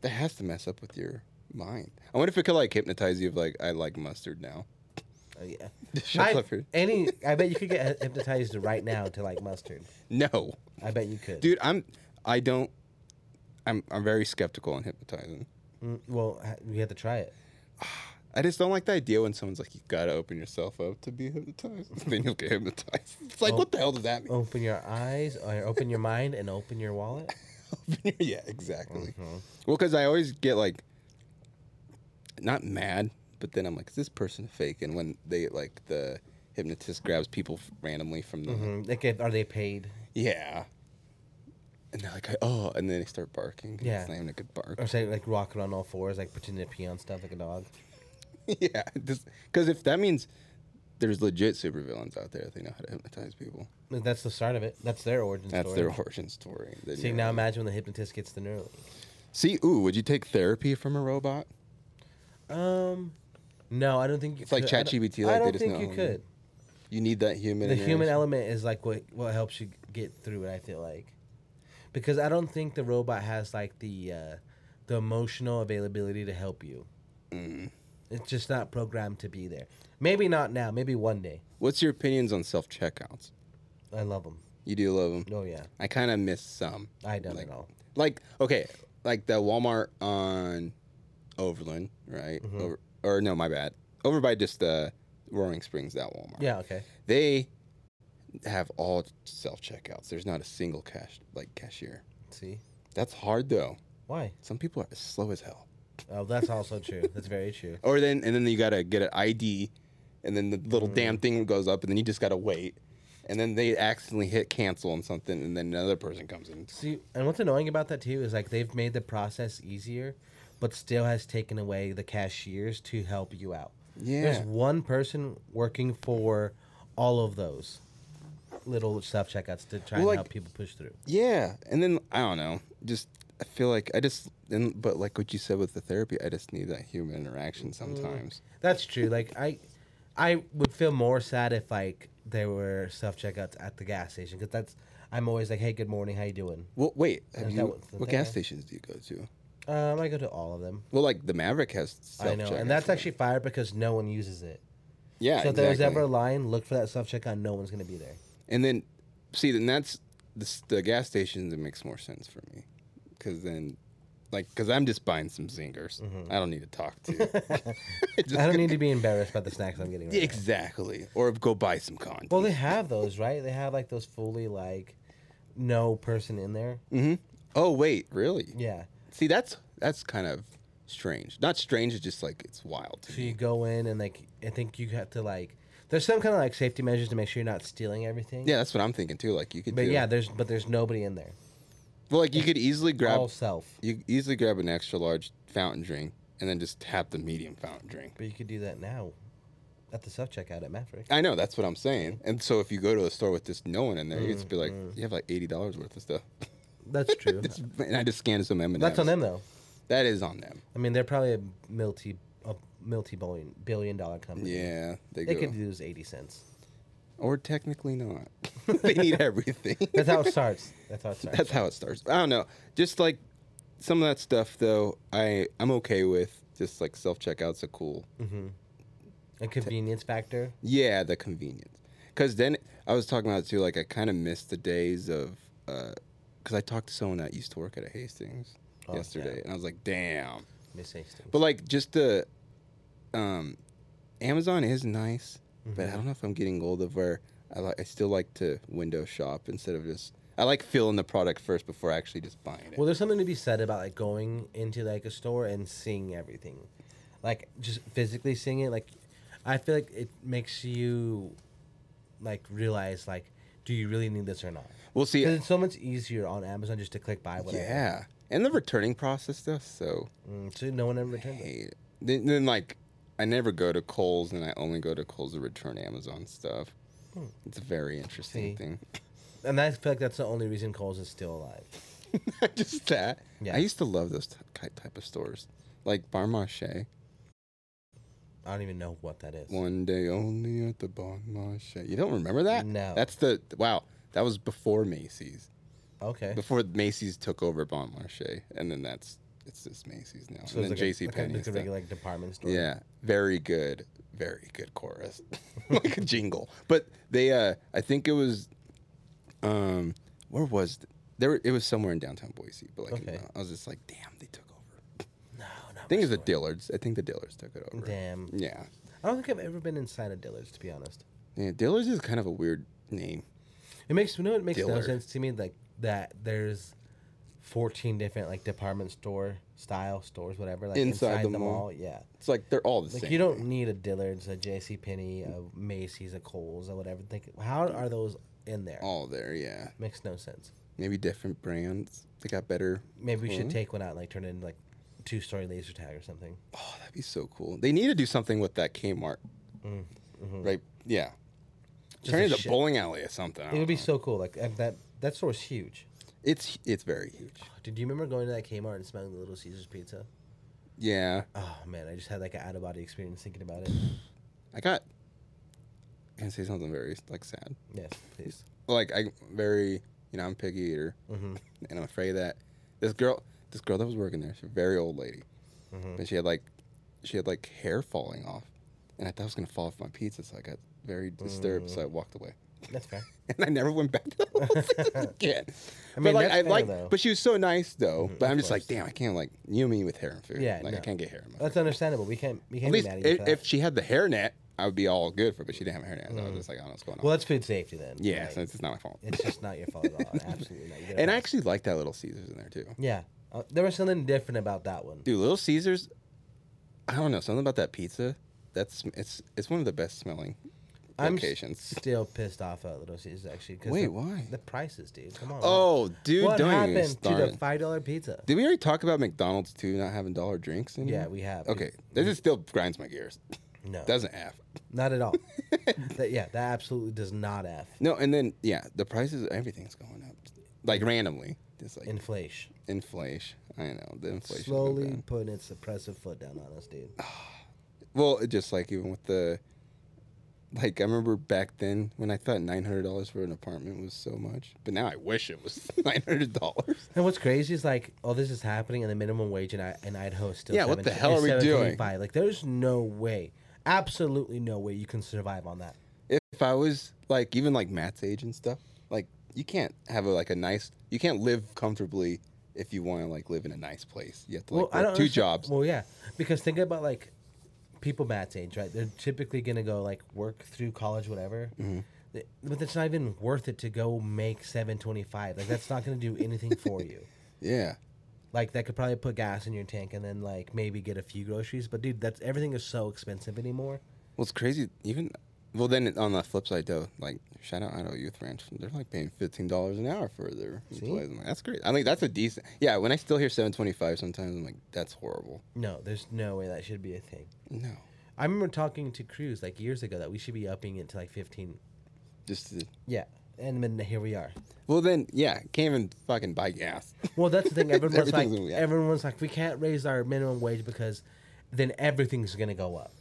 that has to mess up with your mind. I wonder if it could like hypnotize you of like I like mustard now. Oh, yeah. Shuts I- up your- any, I bet you could get hypnotized right now to like mustard. No, I bet you could. dude, I'm I don't. I'm I'm very skeptical on hypnotizing. Mm, well, ha- you have to try it. I just don't like the idea when someone's like, "You gotta open yourself up to be hypnotized." then you'll get hypnotized. It's Oh. like, what the hell does that mean? Open your eyes, or open your mind, and open your wallet. yeah, exactly. Mm-hmm. Well, because I always get like, not mad, but then I'm like, is this person fake? And when they like the hypnotist grabs people f- randomly from the Mm, like, if- are they paid? yeah, and they're like, oh, and then they start barking. 'cause Yeah. Uh. it's not even a good bark. Or say like walking on all fours, like pretending to pee on stuff like a dog. yeah, because if that means there's legit supervillains out there, they know how to hypnotize people. Like, That's the start of it. That's their origin That's story. their origin story. They See know- now, imagine when the hypnotist gets the Neuralink. see, ooh, would you take therapy from a robot? Um, no, I don't think you It's like could. I don't- ChatGPT, like, I they don't just think know you how to- could. You need that human. the human interaction. element is like what what helps you get through it. I feel like, because I don't think the robot has like the uh, the emotional availability to help you. It's just not programmed to be there. Maybe not now. Maybe one day. What's your opinions on self checkouts? I love them. You do love them. Oh yeah, I kind of miss some. I don't Like- know. Like okay, like the Walmart on Overland, right? Mm-hmm. Over, or no, my bad. Over by just the Roaring Springs, that Walmart. Yeah. Okay. They have all self checkouts. There's not a single cash like cashier. See That's hard though. why? Some people are slow as hell. Oh, that's also true. That's very true. Or then and then you gotta get an ID, and then the little Mm-hmm. damn thing goes up, and then you just gotta wait, and then they accidentally hit cancel on something, and then another person comes in. See, and what's annoying about that too is like they've made the process easier, but still has taken away the cashiers to help you out. Yeah. There's one person working for all of those little self checkouts to try Well, and like- help people push through. Yeah, and then I don't know. Just I feel like I just and but like what you said with the therapy, I just need that human interaction Mm-hmm. sometimes. That's true. Like I, I would feel more sad if like there were self checkouts at the gas station because that's I'm always like, hey, good morning, how you doing? Well, wait, have Is you, that what- what gas okay. stations do you go to? Um, I go to all of them. Well, like the Maverick has. I know, self-checkouts, and that's right? actually fire because no one uses it. yeah. So if there's exactly. ever a line, look for that self checkout. No one's gonna be there. And then, see, then that's the, s- the gas stations. It makes more sense for me, because then, like, because I'm just buying some zingers. I don't need to talk to. Mm-hmm. I don't need to be embarrassed by the snacks I'm getting. Right now. exactly, or go buy some condoms. Well, they have those, right? They have like those fully like no person in there. oh wait, really? Yeah. See, that's that's kind of strange. Not strange. It's just like it's wild. To So me. you go in and like I think you have to like there's some kind of like safety measures to make sure you're not stealing everything. Yeah, that's what I'm thinking too. Like you could, But do, yeah, there's but there's nobody in there. well, like you could easily grab All self. you could easily grab an extra large fountain drink and then just tap the medium fountain drink. But you could do that now, at the self checkout at Maverick. I know that's what I'm saying. And so if you go to a store with just no one in there, you'd just be like, Mm-hmm. you have like eighty dollars worth of stuff. That's true. It's- and I just scanned some M&Ms. That's on them though. That is on them. I mean, they're probably a multi a multi billion billion dollar company. Yeah, they, Mm-hmm. They go. could lose eighty cents. or technically not. they need everything. That's how it starts. That's how it starts. That's how it starts. I don't know. Just like some of that stuff, though, I I'm okay with. Just like self checkouts are cool. a convenience factor. Yeah, the convenience. Because then I was talking about it too. Like I kind of miss the days of. Because I talked to someone that used to work at a Hastings Oh, yesterday, yeah. and I was like, damn. Miss Hastings. But like just the, um, Amazon is nice, Mm-hmm. but I don't know if I'm getting old of where I like. I still like to window shop instead of just. I like feeling the product first before actually just buying it. Well, there's something to be said about like going into like a store and seeing everything, like just physically seeing it. Like, I feel like it makes you, like, realize like, do you really need this or not? We'll see. 'Cause it's so much easier on Amazon just to click buy whatever. Yeah, and the returning process though. So Mm, so no one ever returns it. hate it. Then, then like I never go to Kohl's, and I only go to Kohl's to return Amazon stuff. It's a very interesting Hmm. See. thing. And I feel like that's the only reason Coles is still alive. Just that. Yeah. I used to love those t- ki- type of stores, like Bar Marché. I don't even know what that is. One day only at the Bon Marché. You don't remember that? No. That's the wow. That was before Macy's. Okay. Before Macy's took over Bon Marché, and then that's it's just Macy's So now. and it's then like J.C. a, like a, like a Penney. regular like, department store. Yeah, very good, very good chorus, like a jingle. But they, uh, I think it was, um, where was th- there? It was somewhere in downtown Boise. But like, Okay. I was just like, damn, they took over. No, not I think my it's the store. Dillards. I think the Dillards took it over. Damn. Yeah, I don't think I've ever been inside a Dillard's to be honest. yeah. Dillards is kind of a weird name. It makes you know it makes no Diller. sense to me like that there's fourteen different like department store style stores whatever like Inside the mall. yeah It's like they're all the like same. you don't thing. need a Dillard's a J.C. Penney a Macy's a Kohl's or whatever think how are those in there all there. Yeah, makes no sense maybe different brands. They got better. maybe we should Mhm. take one out and like turn it into like two story laser tag or something Oh, that'd be so cool. They need to do something with that Kmart. Right? Yeah. Mm, mm-hmm. Just Turn a it into a shit- bowling alley or something. I it would don't be know. so cool like and that that store's huge It's it's very huge. did you remember going to that Kmart and smelling the Little Caesars pizza Yeah, oh man I just had like an out of body experience thinking about it I got. I can say something very like sad. yes please Mm-hmm. Like I very you know I'm a picky eater, and I'm afraid that this girl this girl that was working there. She's a very old lady, Mm-hmm. but she had like she had like hair falling off, and I thought it was gonna fall off my pizza. So I got very disturbed. So I Mm. walked away, That's fair. and I never went back to the whole thing again. I mean, mean, but like that's I fair, like, though. Mm-hmm, but she was so nice though. but of I'm just course. like, damn, I can't like you and me with hair and food. Yeah, like I no. can't get hair. In my That's understandable. We can't. We can't at be least mad at you for if, that. if she had the hairnet, I would be all good for. it, But she didn't have a hairnet, so I was just like, I don't know what's going on. Mm. well, it's food safety then. yeah, Like, so it's, it's not my fault. it's just not your fault at all. Absolutely not. You get a And I pass. actually like that Little Caesars in there too. yeah, uh, there was something different about that one. Dude, Little Caesars, I don't know something about that pizza. That's it's it's one of the best smelling I'm s- locations. still pissed off at Little Caesars actually. 'cause Wait, the, why? The prices, dude. Come on. oh, dude, what don't even happened to start. the five dollar pizza? Did we already talk about McDonald's too not having dollar drinks? Anymore? Yeah, we have. dude. Mm-hmm. Okay, this is still grinds my gears. No, Doesn't F. not at all. that, yeah, that absolutely does not f No, and then yeah, the prices of everything's going up, like randomly. Just like inflation. inflation. I know the inflation. Slowly putting its oppressive foot down on us, dude. Well, it just like even with the, like I remember back then when I thought nine hundred dollars for an apartment was so much, but now I wish it was nine hundred dollars. And what's crazy is like, all this is happening, and the minimum wage in, I- in Idaho is still Yeah, what the 17 hell is are we doing? 17.85. Like, there's no way, absolutely no way you can survive on that. If I was like even like Matt's age and stuff, like you can't have a, like a nice, you can't live comfortably if you want to like live in a nice place. You have to like work two understand- jobs. Well, yeah, because think about like people Matt's age, right? They're typically gonna go like work through college, whatever. Mm-hmm. Th- But it's not even worth it to go make seven twenty five. Like that's not gonna do anything for you. yeah, Like that could probably put gas in your tank and then like maybe get a few groceries. But dude, that's everything is so expensive anymore. well it's crazy. Even well then on the flip side though, like shout out Idaho Youth Ranch, they're like paying fifteen dollars an hour for their employees. I'm like, that's great. I think that's a decent. Yeah, when I still hear seven twenty five, sometimes I'm like, that's horrible. No, there's no way that should be a thing. No, I remember talking to Cruz like years ago that we should be upping it to like fifteen. just to- Yeah, and then here we are. well then yeah, can't even fucking buy gas. Well, that's the thing. Everyone's like, Everything's gonna be up. everyone's like, we can't raise our minimum wage because then everything's gonna go up.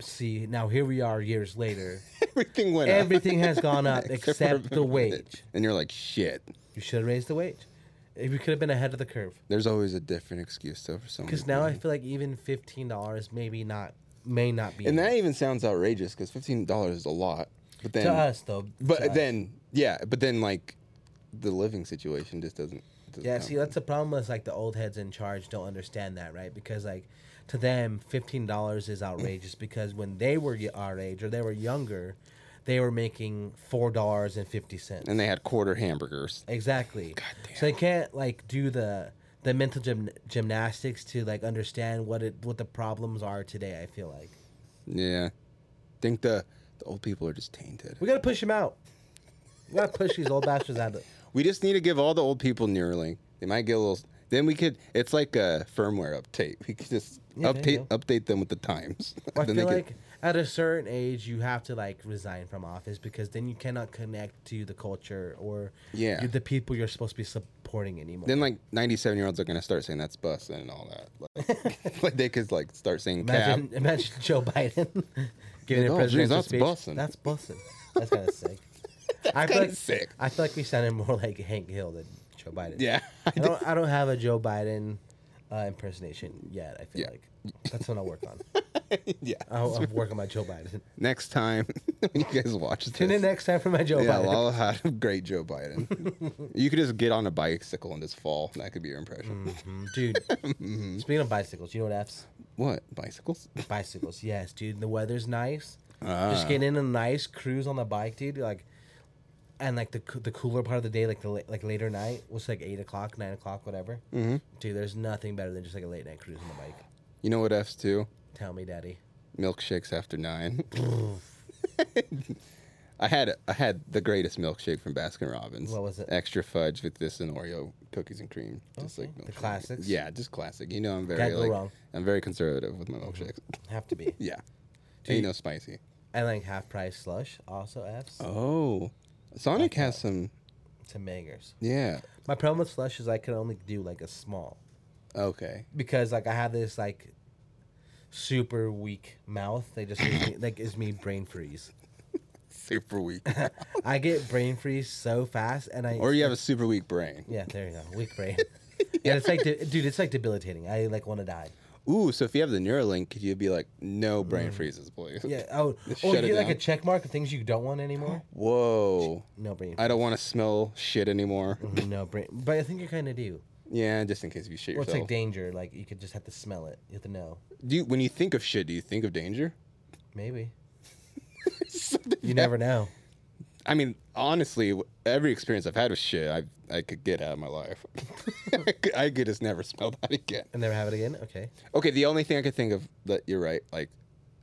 See, now here we are years later. Everything went up. Everything has gone up for except the wage. And you're like, shit. You should have raised the wage. If you could have been ahead of the curve, There's always a different excuse though for someone. because now I feel like even fifteen dollars maybe not may not be and enough. that even sounds outrageous because fifteen dollars is a lot. But then, to us though. but to us. then yeah, but then like the living situation just doesn't. doesn't yeah, count. see, that's the problem. Is like the old heads in charge don't understand that, right? Because like to them, fifteen dollars is outrageous. because when they were y- our age or they were younger, they were making four dollars and fifty cents. and they had quarter hamburgers. Exactly. So they can't like do the the mental gym, gymnastics to like understand what it what the problems are today. I feel like Yeah, think the the old people are just tainted. we gotta push them out. We gotta push these old bastards out. Of, We just need to give all the old people Neuralink. They might get a little. Then we could. It's like a firmware update. We could just Yeah, there you update update them with the times. I Then feel they like could- at a certain age you have to like resign from office because then you cannot connect to the culture or Yeah. you- the people you're supposed to be supporting anymore. Then like ninety seven year olds are gonna start saying that's bus and all that. Like, like they could like start saying cab. imagine, imagine Joe Biden giving Like, a "Oh, geez, presidential that's speech. bussin'. That's bussin'. That's kind of sick. I feel kinda like, sick. I feel like we sounded more like Hank Hill than Joe Biden. Yeah. I don't. I don't have a Joe Biden uh, impersonation yet. I feel Yeah. like that's what I'll work on. yeah. I'll, I'll work on my Joe Biden. Next time when you guys watch this, Tune in next time for my Joe yeah, Biden. Lala had a great Joe Biden. you could just get on a bicycle and just fall. That could be your impression. Mm, Dude, speaking of bicycles, you know what F's? What bicycles? Bicycles, yes, dude. The weather's nice. Just getting in a nice cruise on the bike, dude. Like, and like the coo- the cooler part of the day, like the la- like later night, was like eight o'clock, nine o'clock, whatever. Mm-hmm. Dude, there's nothing better than just like a late night cruise on the bike. You know what F's too? Tell me, daddy. Milkshakes after nine. I had I had the greatest milkshake from Baskin Robbins. What was it? Extra fudge with this and Oreo cookies and cream. Just Okay. like The milkshake. classics. Yeah, just classic. You know I'm very Can't go like wrong. I'm very conservative with my milkshakes. Have to be. Yeah. you- Ain't no spicy. And like half price slush, also F's. Oh. Sonic has some To Mangers. yeah. My problem with slush is I can only do like a small. Okay. because like I have this like super weak mouth. They just gives me, like gives me brain freeze. Super weak. I get brain freeze so fast, and I or you have a super weak brain. yeah, there you go, weak brain. And it's like, de- dude, it's like debilitating. I like want to die. Ooh, so if you have the Neuralink, you'd be like, no brain freezes, please. Mm. Yeah. Oh, Just or you shut it get like a down. check mark of things you don't want anymore. Whoa. No brain. I don't want to smell shit anymore. no brain. But I think you kind of do. Yeah, just in case you shit Well, it's yourself. like danger. Like you could just have to smell it. You have to know. do you, when you think of shit, do you think of danger? Maybe. You never know. I mean, honestly, w- every experience I've had with shit, I I could get out of my life. I could- I could just never smell that again. And never have it again. Okay. Okay, the only thing I could think of that you're right, like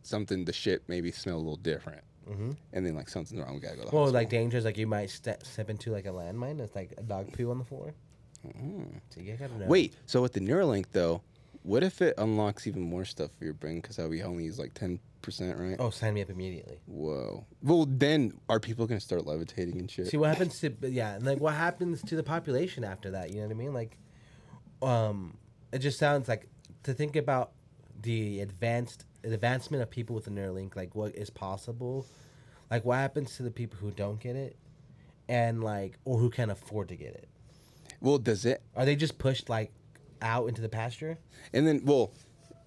something the shit maybe smell a little different, mm-hmm. and then like something's wrong, we gotta go. To the Well, hospital. like danger is like you might step step into like a landmine. It's like a dog poo on the floor. So you gotta know. Mm. Wait, so with the Neuralink though, what if it unlocks even more stuff for your brain? Because we only use like ten percent, right? Oh, sign me up immediately. Whoa. Well, then are people gonna start levitating and shit? See what happens to yeah, and like what happens to the population after that? You know what I mean? Like, um, it just sounds like to think about the advanced advancement of people with the Neuralink, like what is possible, like what happens to the people who don't get it, and like or who can't afford to get it? well, does it? Are they just pushed like out into the pasture? And then, well,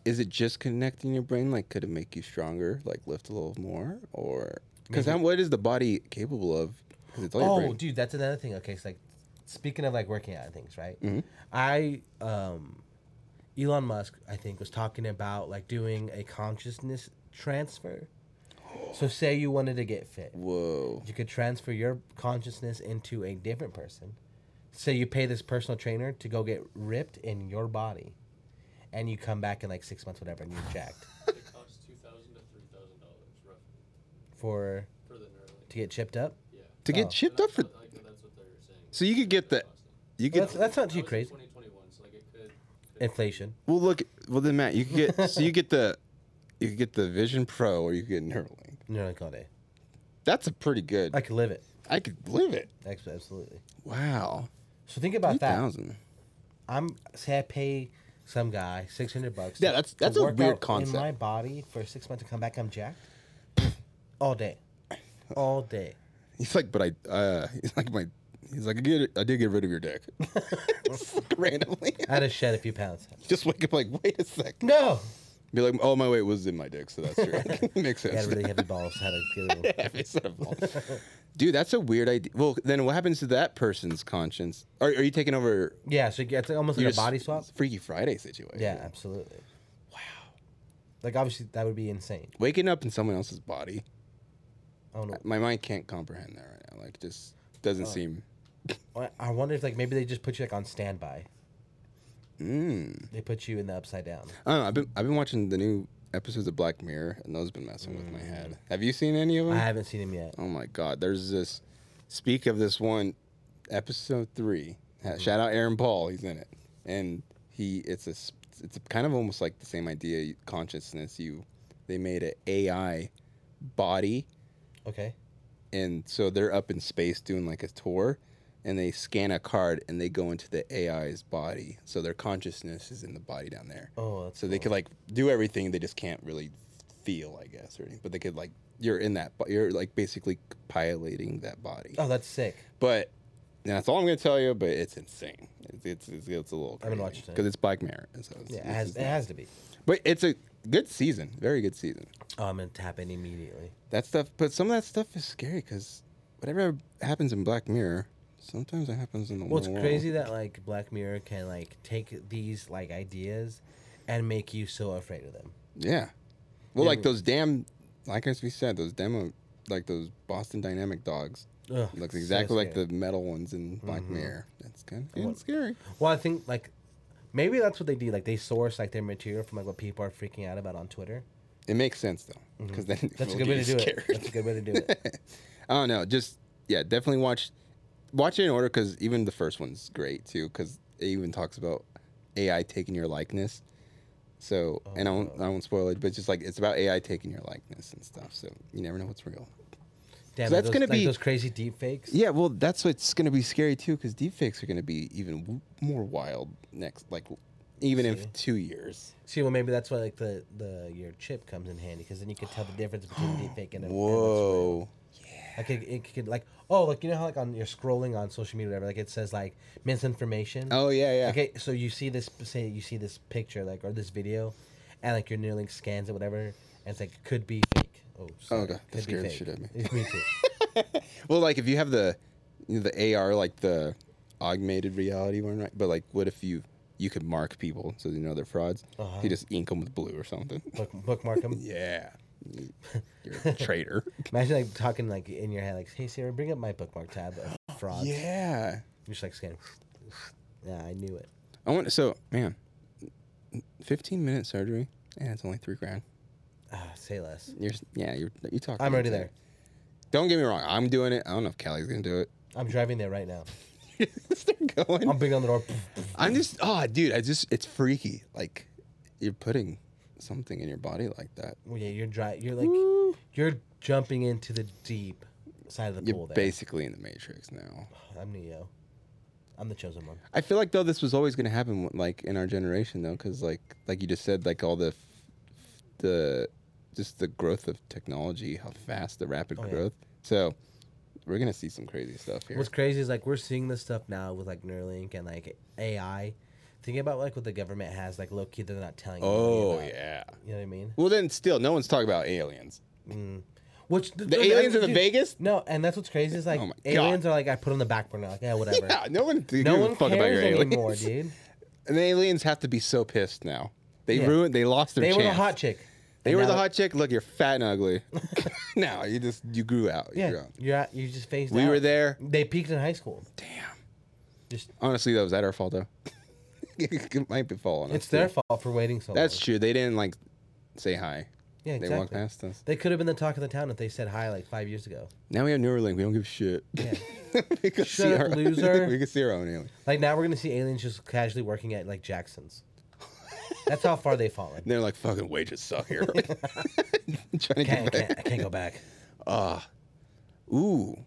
is it just connecting your brain? Like, could it make you stronger? Like, lift a little more, or because what is the body capable of? 'Cause it's all your Oh, brain. dude, that's another thing. Okay, it's like speaking of like working out and things, right? Mm-hmm. I um Elon Musk, I think, was talking about like doing a consciousness transfer. So say you wanted to get Oh. fit. Whoa. You could transfer your consciousness into a different person. Say you pay this personal trainer to go get ripped in your body. And you come back in like six months, whatever, and you're jacked It costs two thousand to three thousand dollars roughly for for the Neuralink. to get chipped up. Yeah. To get Oh. chipped up for, But, Like that's what they're saying. so you could get the, you could. Well, that's, that's not That too was in crazy. 2021, so like it could. could Inflation. Well, look. Well, then Matt, you could get. so you get the, you could get the Vision Pro, or you could get Neuralink. No, like all day. That's a pretty good. I could live it. I could live it. Ex- Absolutely. Wow. So think about Three that. thousand. I'm say I pay some guy six hundred bucks. Yeah, that's- that's a work weird out concept. In my body for six months to come back, I'm jacked. All day, all day. He's like, but I. uh He's like my. He's like, I get. I did get rid of your dick. It's like randomly. I had to shed a few pounds. Just wake up like, wait a second. No, Be like, oh, my weight was in my dick, so that's true. Makes I sense. had really heavy balls. Had to get Yeah, it's not a ball. Dude, that's a weird idea. Well, then what happens to that person's conscience? Are, are you taking over? yeah. So it's almost your like a body swap. Freaky Friday situation. Yeah, absolutely. Wow. Like obviously that would be insane. Waking up in someone else's body, I don't know. my mind can't comprehend that right now. Like, just doesn't seem. I- I wonder if like maybe they just put you like on standby. Mm. They put you in the upside down. I don't know. I've been I've been watching the new episodes of Black Mirror, and those been messing with my head. Have you seen any of them? I haven't seen him yet. Oh my God! There's this. Speak of this one, episode three. Uh, Shout out Aaron Paul. He's in it, and he. It's a. s- It's a kind of almost like the same idea. Consciousness. You. They made an AI body, Okay. and so they're up in space doing like a tour, and they scan a card and they go into the AI's body. So their consciousness is in the body down there. Oh, that's So they could like do everything. They just can't really feel, I guess, or anything. But they could like you're in that. bo- You're like basically piloting that body. oh, that's sick. But and that's all I'm gonna tell you. But it's insane. It's it's, it's, it's a little. I'm gonna watch it tonight. because it's Black Mirror. and So it's, Yeah, it it's has, just- it has to be. But it's a good season. Very good season. Oh, I'm gonna tap in immediately. That stuff. But some of that stuff is scary because whatever happens in Black Mirror, sometimes it happens in the Well, it's real world. crazy that like Black Mirror can like take these like ideas and make you so afraid of them. Yeah. Well, like those damn, like as we said, those demo, like those Boston Dynamic dogs. Ugh, looks so exactly like scary. the metal ones in Black Mirror. That's kind of want- scary. Well, I think like maybe that's what they do. Like they source like their material from like what people are freaking out about on Twitter. It makes sense though, because then Mm-hmm. That's a we'll good way to get do scared. it. That's a good way to do it. I don't know. Just yeah, definitely watch watch it in order because even the first one's great too because it even talks about AI taking your likeness. So and I won't Oh. I won't spoil it, but just like it's about AI taking your likeness and stuff. So you never know what's real. Damn, So like that's those, gonna like be- those crazy deep fakes. Yeah, well, that's what's going to be scary too, because deepfakes are going to be even w- more wild next, like even in two years. See, well, maybe that's why like the, the your chip comes in handy because then you can tell the difference between deep fake and a and what's real. Whoa. Yeah. Like it, it could like oh like you know how like on you're scrolling on social media whatever like it says like misinformation. Oh yeah, yeah. Okay, so you see this say you see this picture like or this video, and like your Neuralink scans it whatever, and it's like could be fake. Oh, sorry. God, that Could be scared the fake. shit out of me. It's me too. Well, like if you have the you know, the AR, like the augmented reality one, right? But like, what if you you could mark people so you know they're frauds? Uh-huh. You just ink them with blue or something. Book, bookmark them. yeah, you're a traitor. Imagine like talking like in your head like, "Hey Siri, bring up my bookmark tab of fraud." yeah. yeah, You're just like scanning. Yeah, I knew it. I want. So man, fifteen minute surgery, and it's only three grand. Ah, say less. You're s- yeah, you're you talk. I'm already there. Don't get me wrong. I'm doing it. I don't know if Callie's gonna do it. I'm driving there right now. they're going. I'm banging on the door. I'm just, oh, dude, I just, it's freaky. Like, you're putting something in your body like that. Well, yeah, you're dry. You're like you're jumping into the deep side of the You're pool. There, basically in the Matrix now. I'm Neo. I'm the chosen one. I feel like though this was always going to happen, like in our generation though, because like, like you just said, like all the, f- the, just the growth of technology, how fast the rapid Oh, yeah. growth. So, we're gonna see some crazy stuff here. What's crazy is like we're seeing this stuff now with like Neuralink and like AI. Think about like what the government has. Like low key, they're not telling. oh anybody about. yeah. You know what I mean? Well, then still, no one's talking about aliens. Which The aliens in the dude, Vegas? No, and that's what's crazy is like Oh my God. aliens are like I put on the back burner. Like yeah, whatever. Yeah, no one gives No a one fuck cares about your aliens. anymore, dude. And the aliens have to be so pissed now. They Yeah. ruined. They lost their. They chance. were the hot chick. They And were now- the hot chick. Look, you're fat and ugly. now you just you grew out. You grew Yeah, out. you're at, you just phased. We out. were there. They peaked in high school. Damn. Just Honestly, though, was that our fault though? it might be falling. it's their fault for waiting so long. That's true. They didn't like say hi. yeah, They walked past us. They could have been the talk of the town if they said hi like five years ago. Now we have Neuralink. We don't give a shit. Yeah. we can Shut up, loser. we can see our own alien. Like now we're gonna see aliens just casually working at like Jackson's. That's how far they've fallen. And they're like, "Fucking wages suck here." Trying to Can't, get back. can't, I can't go back. Ah, ooh.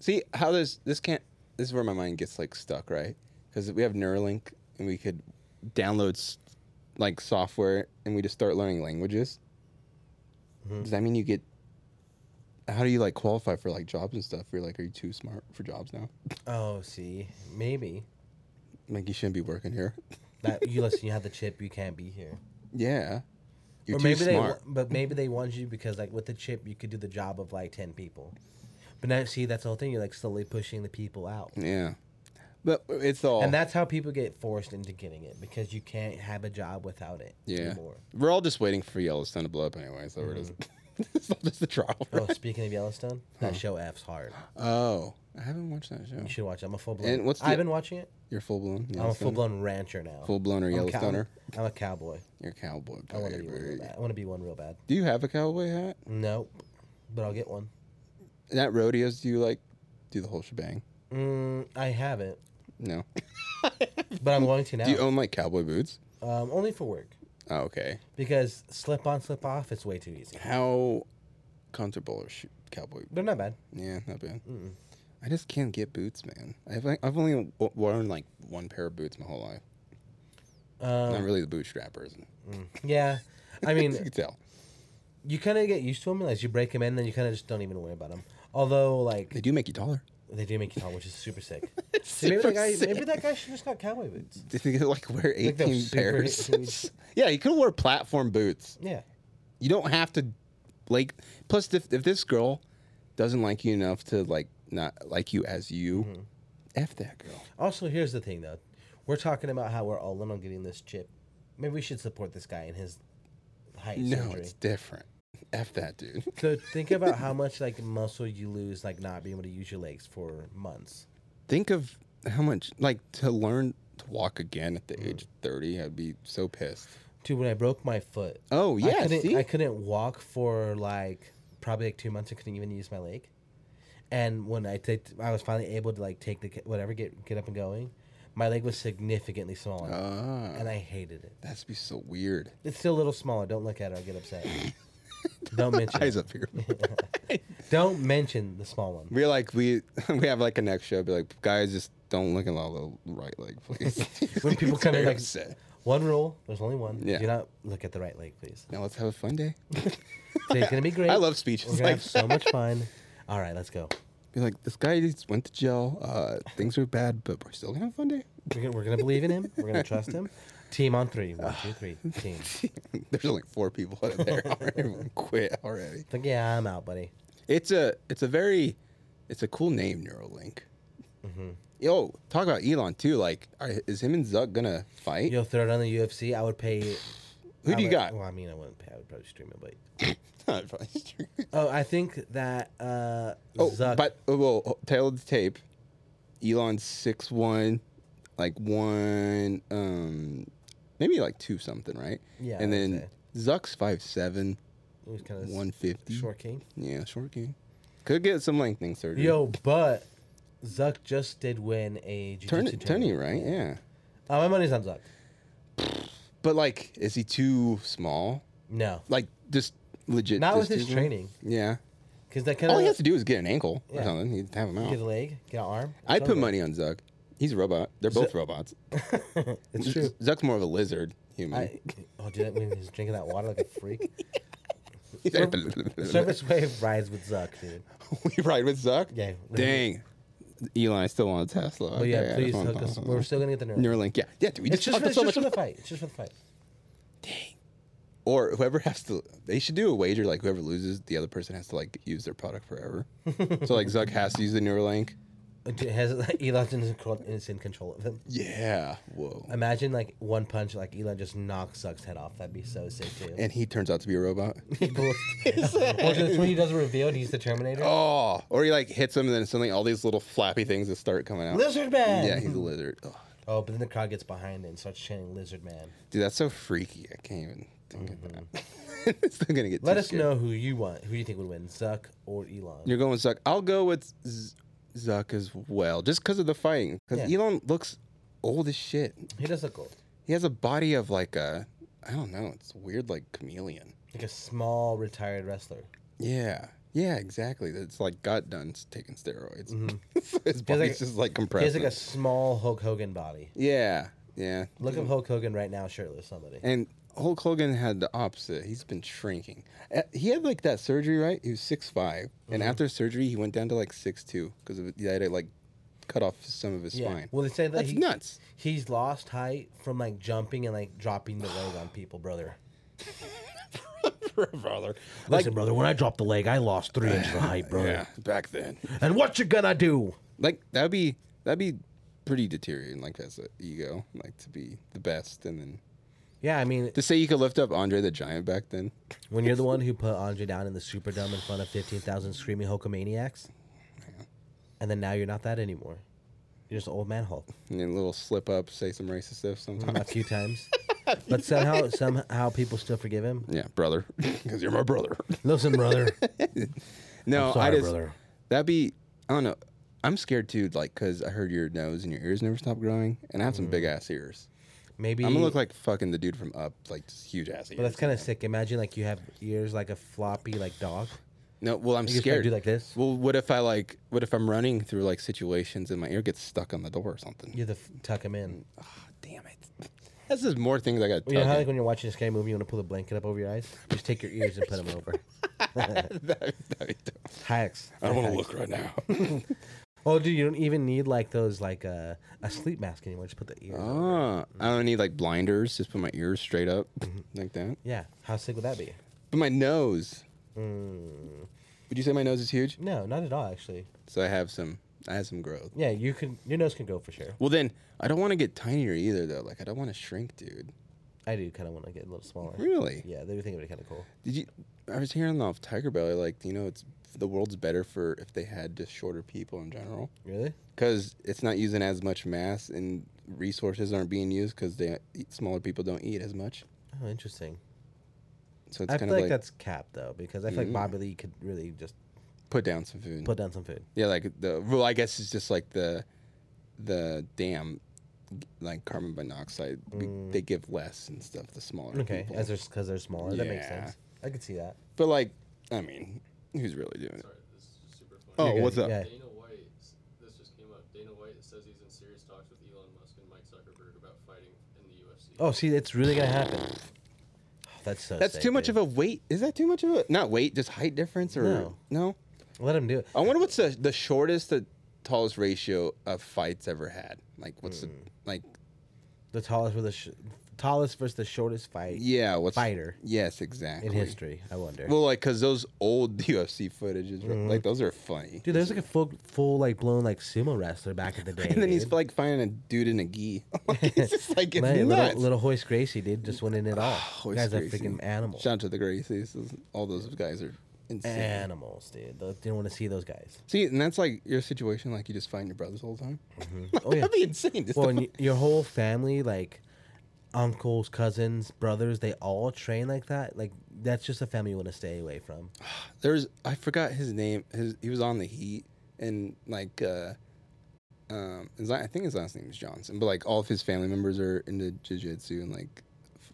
See how this this can't. This is where my mind gets like stuck, right? Because we have Neuralink and we could download s- like software and we just start learning languages. Mm-hmm. Does that mean you get? How do you like qualify for like jobs and stuff? You're like, are you too smart for jobs now? Oh, see, maybe Like you shouldn't be working here. that you listen. You have the chip. You can't be here. yeah, you're or too maybe they, wa- smart. but maybe they want you because like with the chip, you could do the job of like ten people. But now see, that's the whole thing. You're like slowly pushing the people out. yeah, but it's all And that's how people get forced into getting it because you can't have a job without it yeah. anymore. We're all just waiting for Yellowstone to blow up anyway, so we're just Mm-hmm. it's all just the trial. Oh, speaking of Yellowstone, that show F's hard. Oh, I haven't watched that show. You should watch. it. I'm a full blown. And what's the- I've been watching it. You're full blown. I'm a full blown rancher now. Full blown or I'm a cow- Yellowstoner? I'm a cowboy. You're a cowboy. I want to be one real baby. bad. I want to be one real bad. Do you have a cowboy hat? Nope, but I'll get one. And at rodeos, do you like do the whole shebang? Mm, I haven't, No. but I'm going to now. Do you own like cowboy boots? um, only for work Oh, okay. because slip on, slip off, it's way too easy. How comfortable are sh- cowboy? They're not bad. Yeah, not bad. I just can't get boots, man. I've like, I've only w- worn like one pair of boots my whole life. Um, Not really the bootstrap person. yeah, I you mean, can tell you kind of get used to them as you break them in, then you kind of just don't even worry about them. Although, like they do make you taller. they do make you tall, which is super sick. See, maybe that guy, maybe that guy should just got cowboy boots. Did they like wear Like those eighteen super pairs? huge- yeah, you could wear platform boots. Yeah. you don't have to like plus if, if this girl doesn't like you enough to like not like you as you Mm-hmm. f that girl Also, here's the thing though, we're talking about how we're all in on getting this chip. Maybe we should support this guy in his height no surgery. it's different f that dude So think about how much like muscle you lose, like not being able to use your legs for months. think of how much like to learn to walk again at the Mm-hmm. age of 30 i'd be so pissed Dude, when I broke my foot, oh yeah I couldn't see? I couldn't walk for like probably like two months. I couldn't even use my leg. And when I take, I was finally able to like take the ca- whatever get get up and going. My leg was significantly smaller, Ah, and I hated it. that's be so weird It's still a little smaller. Don't look at it. I get upset. Don't mention. eyes it. up here Don't mention the small one. we're like we we have like a next show be like guys just don't look at my little right leg please When people come in, They're like upset. one rule, there's only one. Yeah. Do not look at the right leg, please. now let's have a fun day Today's gonna be great. i love speeches We're gonna like have so much fun. All right, let's go. Be like, this guy just went to jail. Uh, things are bad, but we're still gonna have a fun day. We're gonna, we're gonna believe in him. We're gonna trust him. Team on three. One, two, three. Team. There's only four people out of there. Everyone quit already. It's like, yeah, I'm out, buddy. It's a it's a very it's a cool name, Neuralink. Mm-hmm. Yo, talk about Elon too. Like, are, is him and Zuck gonna fight? Yo, throw it on the UFC. I would pay. Who I do you would- got? Well, I mean, I wouldn't pay. I would probably stream it, but I'd probably stream it. oh, I think that uh, oh, Zuck. but oh, well, tail of the tape. Elon's six one, like one, um, maybe like two something, right? Yeah, And I'd then Zuck's five seven, he was kind of one fifty. short king. Yeah, short game. Could get some lengthening surgery. Yo, but Zuck just did win a jiu-jitsu turn it, turn tournament. you right. Yeah. Uh, my money's on Zuck. But like, is he too small? No, Like, just legit. not with just his too small? training, Yeah. because that kind All he has of to do is get an ankle Yeah. or something. He'd have him get a out. leg, get an arm. I'd It's put over. money on Zuck. He's a robot. They're both robots. it's Z- true. Zuck's more of a lizard human. I, oh, dude, that means he's drinking that water like a freak. He's like, Surface wave rides with Zuck, dude. we ride with Zuck? Yeah. Dang. Elon, I still want a Tesla. But Oh, yeah, Okay, I just please want a hook us. Tesla. We're still gonna get the nerve. Neuralink. Yeah. Yeah, dude. We It's just, just, talked for, it's so just much. for the fight. It's just for the fight. Or whoever has to, they should do a wager like whoever loses, the other person has to like use their product forever. so like Zuck has to use the Neuralink. Uh, dude, Has Elon in control- is in control of him? Yeah. Whoa. Imagine like one punch, like Elon just knocks Zuck's head off. That'd be so sick too. And he turns out to be a robot. People, or just when he does revealed, he's the Terminator. Oh, or he like hits him, and then suddenly all these little flappy things that start coming out. Lizard man. Yeah, he's a lizard. Oh, Oh, but then the crowd gets behind it and starts chanting "Lizard Man." dude, that's so freaky. I can't even think of that. it's still gonna get. Mm-hmm. Let too us scared. know who you want, who you think would win, Zuck or Elon. You're going with Zuck. I'll go with Z- Zuck as well, just because of the fighting. Because Yeah. Elon looks old as shit. he does look cool, He has a body of like a, I don't know. It's weird, like chameleon. like a small retired wrestler. Yeah. Yeah, exactly. That's like got done s- taking steroids. His body's Mm-hmm. like- just like He compressed. has like a small Hulk Hogan body. yeah, yeah. Look up Hulk Hogan right now, shirtless. Somebody. And Hulk Hogan had the opposite. He's been shrinking. Uh, He had like that surgery, right? He was six and Mm-hmm. after surgery, he went down to like six two because he had to like cut off some of his Yeah. spine. Well, they say that That's he, nuts. he's lost height from like jumping and like dropping the leg on people, brother. Brother, Listen, brother, when I dropped the leg, I lost three inches of height, brother. yeah, back then, And what you gonna do? like that'd be that'd be pretty deteriorating. Like that's an ego, like to be the best, and then Yeah, I mean, to say you could lift up Andre the Giant back then. when you're the one who put Andre down in the Superdome in front of 15,000 screaming Hulkamaniacs, and then now you're not that anymore. You're just an old man Hulk. and then a little slip up, say some racist stuff A sometimes. few times. But somehow, somehow people still forgive him. yeah, brother, because you're my brother. Listen, brother. No, I sorry, just brother. that'd be I don't know. I'm scared too, like because I heard your nose and your ears never stop growing, and I have some big Mm. ass ears. Maybe. I'm gonna look like fucking the dude from Up, like just huge ass ears. but that's kind of sick. Imagine like you have ears like a floppy like dog. no, well, I'm You just kinda scared. do like this. Well, what if I like? What if I'm running through like situations and my ear gets stuck on the door or something? You have to f- tuck him in. Oh, damn it! That's just more things I got. You know how like to when you're watching a scary movie, you want to pull the blanket up over your eyes? Just take your ears and put them over. Hacks. I don't want to look right now. Oh, dude, you don't even need like those like uh, a sleep mask anymore. Just put the ears. over. Ah, I don't need like blinders. Just put my ears straight up like that. Yeah. How sick would that be? But my nose. Would you say my nose is huge? No, not at all. Actually. So I have some. I have some growth. Yeah, you can. Your nose can go for sure. Well, then I don't want to get tinier either, though. Like I don't want to shrink, dude. I do kind of want to get a little smaller. Really? Yeah, they would think it would be kind of cool. Did you? I was hearing off Tiger Belly, like you know, it's the world's better for if they had just shorter people in general, Really? because it's not using as much mass and resources aren't being used because they smaller people don't eat as much. Oh, interesting. So it's I feel like, kind of like, Mm-hmm. that's capped though, because I feel like Bobby Lee could really just put down some food. put down some food. yeah, like the well, I guess it's just like the the damn like carbon monoxide. we- They give less and stuff. The smaller Mm. Okay, people. as they're because they're smaller, that makes Yeah. sense. I could see that. But like, I mean, who's really doing it? Sorry, this is just super funny. Oh, You're good. what's up? Yeah. Dana White, s- this just came up. Dana White says he's in serious talks with Elon Musk and Mike Zuckerberg about fighting in the UFC. Oh, see, it's really gonna happen. that's so. That's too much of a weight. Is that too much of a not weight, just height difference or No. no? Let him do it. I wonder what's the, the shortest to tallest ratio of fights ever had. Like what's the, Mm. like The tallest with the sh- tallest versus the shortest fight yeah what's fighter Yes, exactly. in history. I wonder. Well, like because those old UFC footages, right? like those are funny. Mm-hmm. Dude, there's like a full, full like blown like sumo wrestler back in the day. and then he's dude. like finding a dude in a gi. like, it's just like it's Man, nuts. little, little Hoist Gracie, dude, just winning it all. Hoist Guys are Gracie. freaking animals. Shout out to the Gracies. Those- All those guys are insane. Animals, dude. They didn't want to see those guys. See, and that's like your situation. Like you just find your brothers all the time. Oh yeah. That'd be insane. Just Well, to and y- your whole family, like uncles, cousins, brothers, they all train like that. Like that's just a family you want to stay away from. there's I forgot his name. His he was on the Heat and like uh um his, I think his last name is Johnson, but like all of his family members are into jiu-jitsu and like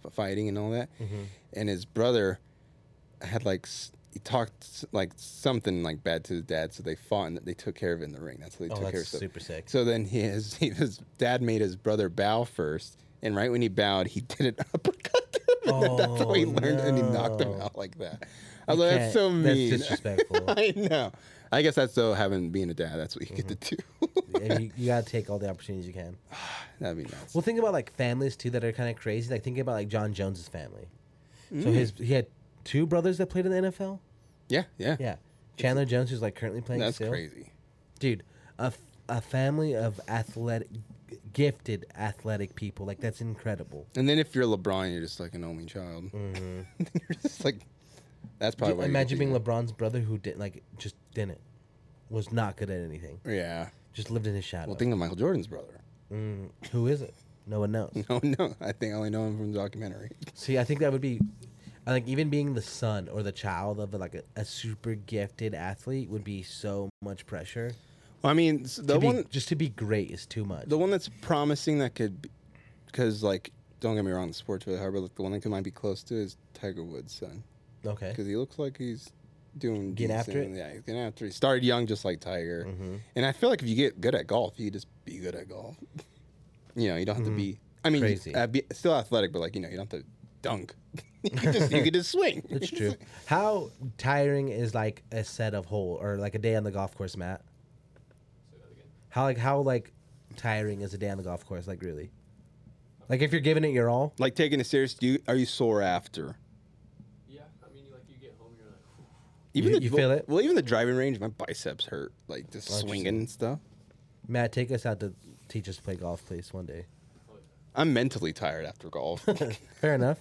f- fighting and all that. And his brother had like s- he talked s- like something like bad to his dad, so they fought and they took care of it in the ring. That's how they Oh, took care of that's stuff. super sick. So then he, his, he, his dad made his brother bow first, and right when he bowed, he did an uppercut to him, and that's how he Oh, learned, and he knocked him no. out like that. I was like, Oh, that's so Can't- that's mean. disrespectful. I know. I guess that's though having being a dad. That's what you get to Mm-hmm. do. And you, you gotta take all the opportunities you can. That'd be nuts. Well, think about like families too that are kind of crazy. Like think about like John Jones's family. So Mm. his he had two brothers that played in the NFL. yeah, yeah, Yeah, Chandler Jones who's like currently playing. That's still. crazy. dude. A, f- a family of athletic, gifted athletic people. Like that's incredible. And then if you're LeBron, you're just like an only child. you're just like, that's probably. Dude, why you're Mm-hmm. imagine being gonna LeBron's brother who didn't like just didn't was not good at anything. be- Yeah. Just lived in his shadow. Well, think of Michael Jordan's brother. Mm, who is it? No one knows. No, no. I think I only know him from the documentary. See, I think that would be, I think even being the son or the child of like a, a super gifted athlete would be so much pressure. Well, I mean, s- the To be- one just to be great is too much. The one that's promising that could, because like, don't get me wrong, the sports really hard, but like, the one that could might be close to is Tiger Woods' son, okay. because he looks like he's doing Getting after Mm-hmm. decent. Yeah, he's getting after. it. He started young, just like Tiger, and I feel like if you get good at golf, you just be good at golf. you know, you don't have to be. I mean, Mm-hmm. Crazy. You, uh, be, still athletic, but like you know, you don't have to dunk. you can just you can just swing. That's true. How tiring is like a set of hole or like a day on the golf course, Matt? Say that again. How like how like tiring is a day on the golf course? Like really? Like if you're giving it your all, Like taking it serious. Do you are you sore after? Yeah, I mean, you, like you get home, you're like, "Whew." You- you feel it? Well, even the driving range, my biceps hurt, like just Interesting. swinging and stuff. Matt, take us out to teach us to play golf, please, one day. oh yeah. I'm mentally tired after golf. Fair enough.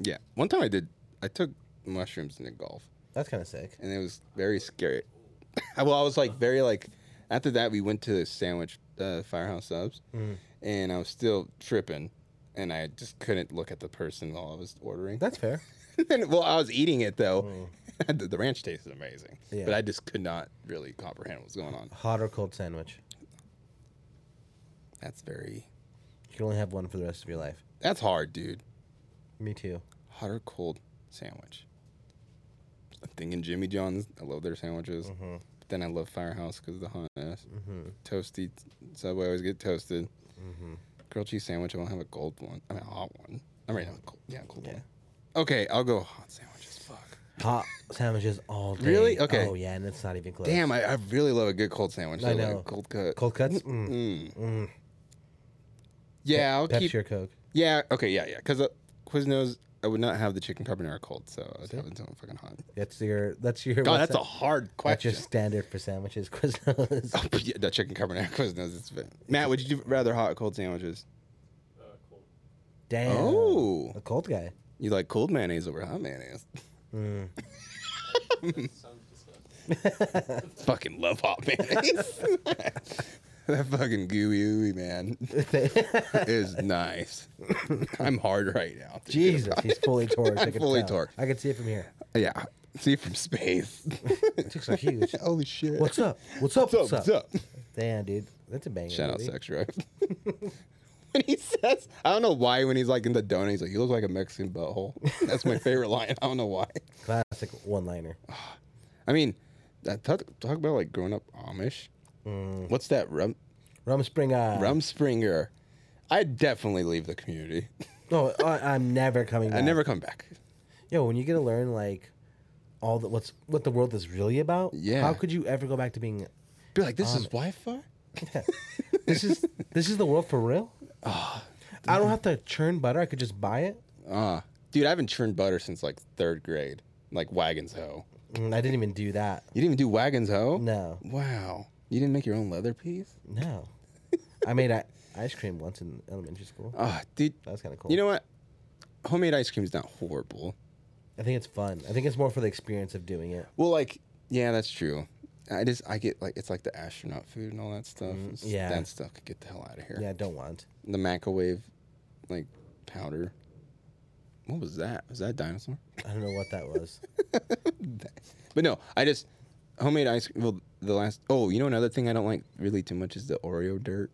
yeah. One time I did, I took mushrooms and did golf, That's kind of sick. and it was very scary. well, I was like, very like, after that, we went to Sandwich uh, Firehouse Subs, and I was still tripping, and I just couldn't look at the person while I was ordering. That's fair. and, well, I was eating it though. the, the ranch tasted amazing, Yeah. but I just could not really comprehend what was going on. Hot or cold sandwich. That's very, You can only have one for the rest of your life. that's hard, dude. Me too. hot or cold sandwich. I'm thinking Jimmy John's. I love their sandwiches. Mm-hmm. But then I love Firehouse because the hotness. Toasty Subway I always get toasted. Mm-hmm. Grilled cheese sandwich. I won't have a cold one. I mean, a hot one. I mean, a cold, yeah, a cold one. Okay, I'll go hot sandwiches. Fuck. Hot sandwiches all day. Really? Okay. Oh yeah, and it's not even close. Damn, I, I really love a good cold sandwich. I though, like know. cold cut. Cold cuts. Mm. Yeah, I'll Pepsi keep. or Coke. Yeah, okay, yeah, yeah. Because uh, Quiznos, I would not have the chicken carbonara cold, so I would have it something fucking hot. That's your. That's your. God, what's that's that- a hard That's question. your standard for sandwiches, Quiznos. Oh, yeah, the chicken carbonara Quiznos. It's been. Matt, would you do rather hot or cold sandwiches? Uh, cold. Damn. Oh. A cold guy. You like cold mayonnaise over hot mayonnaise? That sounds disgusting. fucking love hot mayonnaise. that fucking gooey ooey man is nice. I'm hard right now. thinking Jesus, about he's fully torqued. I I'm can fully tell. torqued. I can see it from here. it. Yeah, see from space. Chicks are huge. Holy shit! What's up? What's up? What's up? What's up? Damn, dude, that's a banger. Shout out movie. Sex Drive. when he says, I don't know why when he's like in the donut, he's like, you look like a Mexican butthole. That's my favorite line. I don't know why. Classic one-liner. I mean, that talk, talk about like growing up Amish. Mm. What's that rum Rum Springer. rum springer? I definitely leave the community. No, I, I'm never coming back. I never come back. Yo, when you get to learn like all the what's what the world is really about. Yeah. How could you ever go back to being? Be like, this Um, is Wi-Fi. This is this is the world for real. I don't have to churn butter. I could just buy it. uh. Ah, dude, I haven't churned butter since like third grade. Like Wagons Ho. Mm, I didn't even do that. You didn't even do Wagons Ho. No, Wow. You didn't make your own leather piece? no. I made i ice cream once in elementary school. Ah, dude. That was kind of cool. You know what? Homemade ice cream is not horrible. I think it's fun. I think it's more for the experience of doing it. Well, like, yeah, that's true. I just I get like it's like the astronaut food and all that stuff. Mm, It's- yeah. that stuff could get the hell out of here. Yeah, I don't want. The microwave, like powder. What was that? Was that a dinosaur? I don't know what that was. But no, I just homemade ice. Well, the last. Oh, you know another thing I don't like really too much is the Oreo dirt.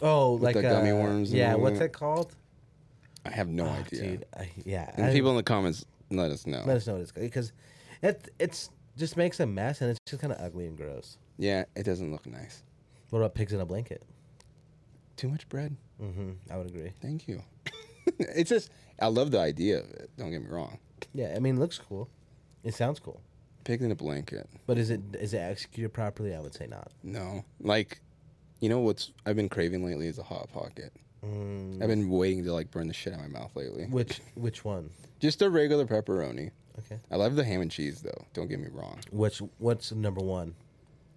Oh, like the gummy uh, worms and Yeah, all what's that. it called? I have no Oh, idea. dude. I, yeah. And I- people in the comments let us know. let us know what it's because it it's just makes a mess and it's just kind of ugly and gross. yeah, it doesn't look nice. What about pigs in a blanket? Too much bread. Mm-hmm. I would agree. Thank you. it's just I love the idea of it. Don't get me wrong. Yeah, I mean, it looks cool. It sounds cool, Pig in a blanket. but is it is it executed properly? I would say not. No, like, you know what's I've been craving lately is a hot pocket. Mm, I've been waiting to like burn the shit out of my mouth lately. which which one? Just a regular pepperoni. Okay. I love the ham and cheese though. Don't get me wrong. Which what's number one?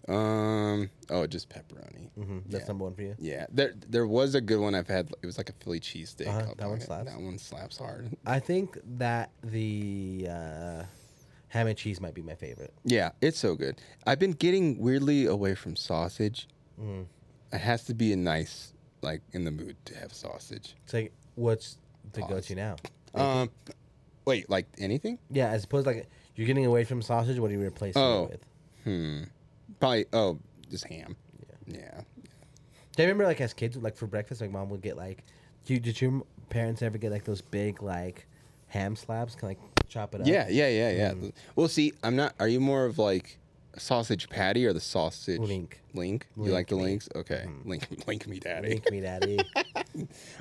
Um. Oh, just pepperoni. hmm That's Yeah. number one for you. Yeah. There, there was a good one I've had. It was like a Philly cheesesteak. Uh-huh, hot that one pocket. slaps. That one slaps hard. I think that the uh, ham and cheese might be my favorite. Yeah, it's so good. I've been getting weirdly away from sausage. Mm. It has to be a nice, like, in the mood to have sausage. It's like what's the Pause. go-to now? Um, wait, like anything? Yeah, as opposed like you're getting away from sausage. What do you replace Oh. it with? Hmm. Probably. Oh, just ham. Yeah. Do you remember like as kids, like for breakfast, like mom would get like, do did your parents ever get like those big like ham slabs? Can like chop it up. Yeah. Yeah. Yeah. Yeah. Um, Well, see, I'm not. Are you more of like a sausage patty or the sausage Link. Link. you Link like the me. Mm. links? Okay. Link. Link me, daddy. Make me daddy.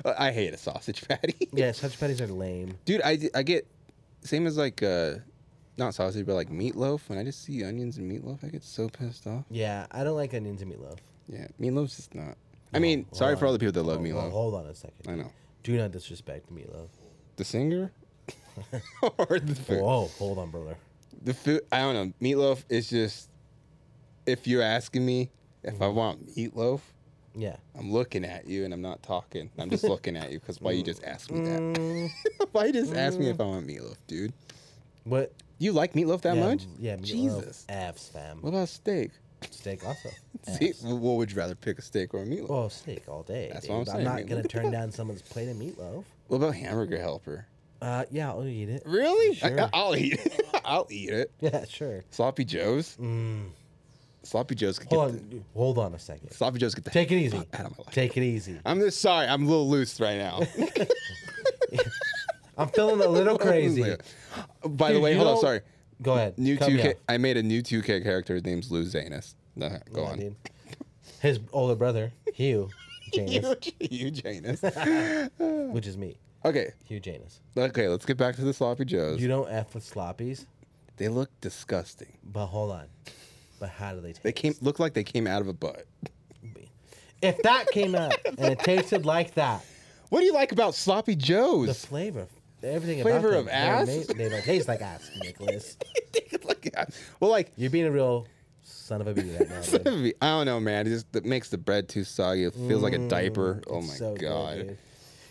Uh, I hate a sausage patty. yeah, such patties are lame. Dude, I, I get same as like uh, not sausage, but like meatloaf. When I just see onions and meatloaf, I get so pissed off. Yeah, I don't like onions and meatloaf. Yeah, meatloaf's just not. I No, mean, hold sorry on. for all the people that love Hold- meatloaf. Hold on a second. I know Do not disrespect meatloaf. the singer. or the food. Whoa, hold on, brother. the food I don't know. Meatloaf is just if you're asking me if Mm. I want meatloaf, Yeah. I'm looking at you and I'm not talking. I'm just looking at you because why Mm. you just asked me that? why you just ask me if I want meatloaf, dude? What? You like meatloaf that yeah, much? Yeah, meatloaf. Jesus. F's, fam. What about steak? Steak also. See, Fs. well, what would you rather pick a steak or a meatloaf? Oh, steak all day. That's dude. what I'm saying, not man. gonna Look at turn that. down someone's plate of meatloaf. What about hamburger helper? Uh, yeah, I'll eat it. Really? Sure. I, will eat it. I'll eat it. Yeah, sure. Sloppy Joe's. Mm. Sloppy Joe's could Hold get on, hold on a second. the, Sloppy Joe's could the Take it easy. out of my life. Take it easy. I'm just sorry. I'm a little loose right now. I'm feeling a little crazy. By the Dude, way, you hold on. don't- Sorry. Go ahead. New Cut me 2K. off. I made a new 2K character. His name's Lou Zanus. Nah, go Yeah, on. dude. His older brother, Hugh Janus, Huge- Huge Janus. which is me, okay. Hugh Janus. Okay. Let's get back to the sloppy joes. You don't f with sloppies, they look disgusting. but hold on. But how do they taste? They came look like they came out of a butt. If that came out and it tasted like that, What do you like about sloppy the joes? flavor, everything Flavor about them, of they're ass? ma- they don't taste like ass, Nicholas. They look like- well, like You're being a real son of a bee right now. dude. I don't know, man. It just it makes the bread too soggy. It feels like a diaper. Oh Mm, It's my so good, god. dude.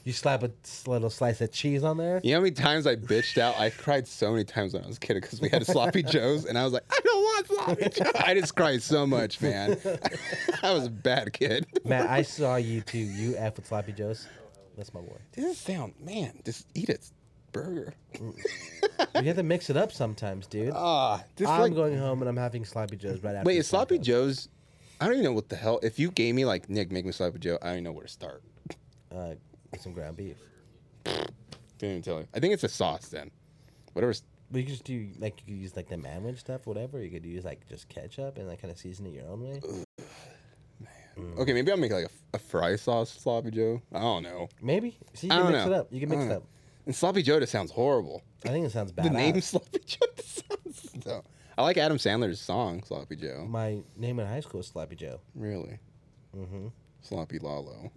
You slap a s- little slice of cheese on there. You know how many times I bitched out? I cried so many times when I was a kid because we had sloppy joes, and I was like, I don't want sloppy joes. I just cried so much, man. I was a bad kid. Matt, I saw you too. You F with Sloppy Joes. That's my boy. This sound, man. Just eat it, burger. You have to mix it up sometimes, dude. Ah, just I'm like going home and I'm having Sloppy Joes right after. wait, this is sloppy podcast. joes? I don't even know what the hell. If you gave me like Nick, make me sloppy joe, I don't even know where to start. Uh, with some ground beef. Didn't even tell you. I think it's a sauce then. Whatever. But you could just do like you could use like the manwich stuff, whatever. You could use like just ketchup and like kind of season it your own way. Mm. Okay, maybe I'll make like a, a fry sauce sloppy joe. I don't know. Maybe. See, you I can don't mix know. it up. You can I mix it don't know. up. And sloppy joe just sounds horrible. I think it sounds The bad. name Sloppy Joe just sounds so I like Adam Sandler's song Sloppy Joe. My name in high school is Sloppy Joe. Really, hmm Sloppy Lalo,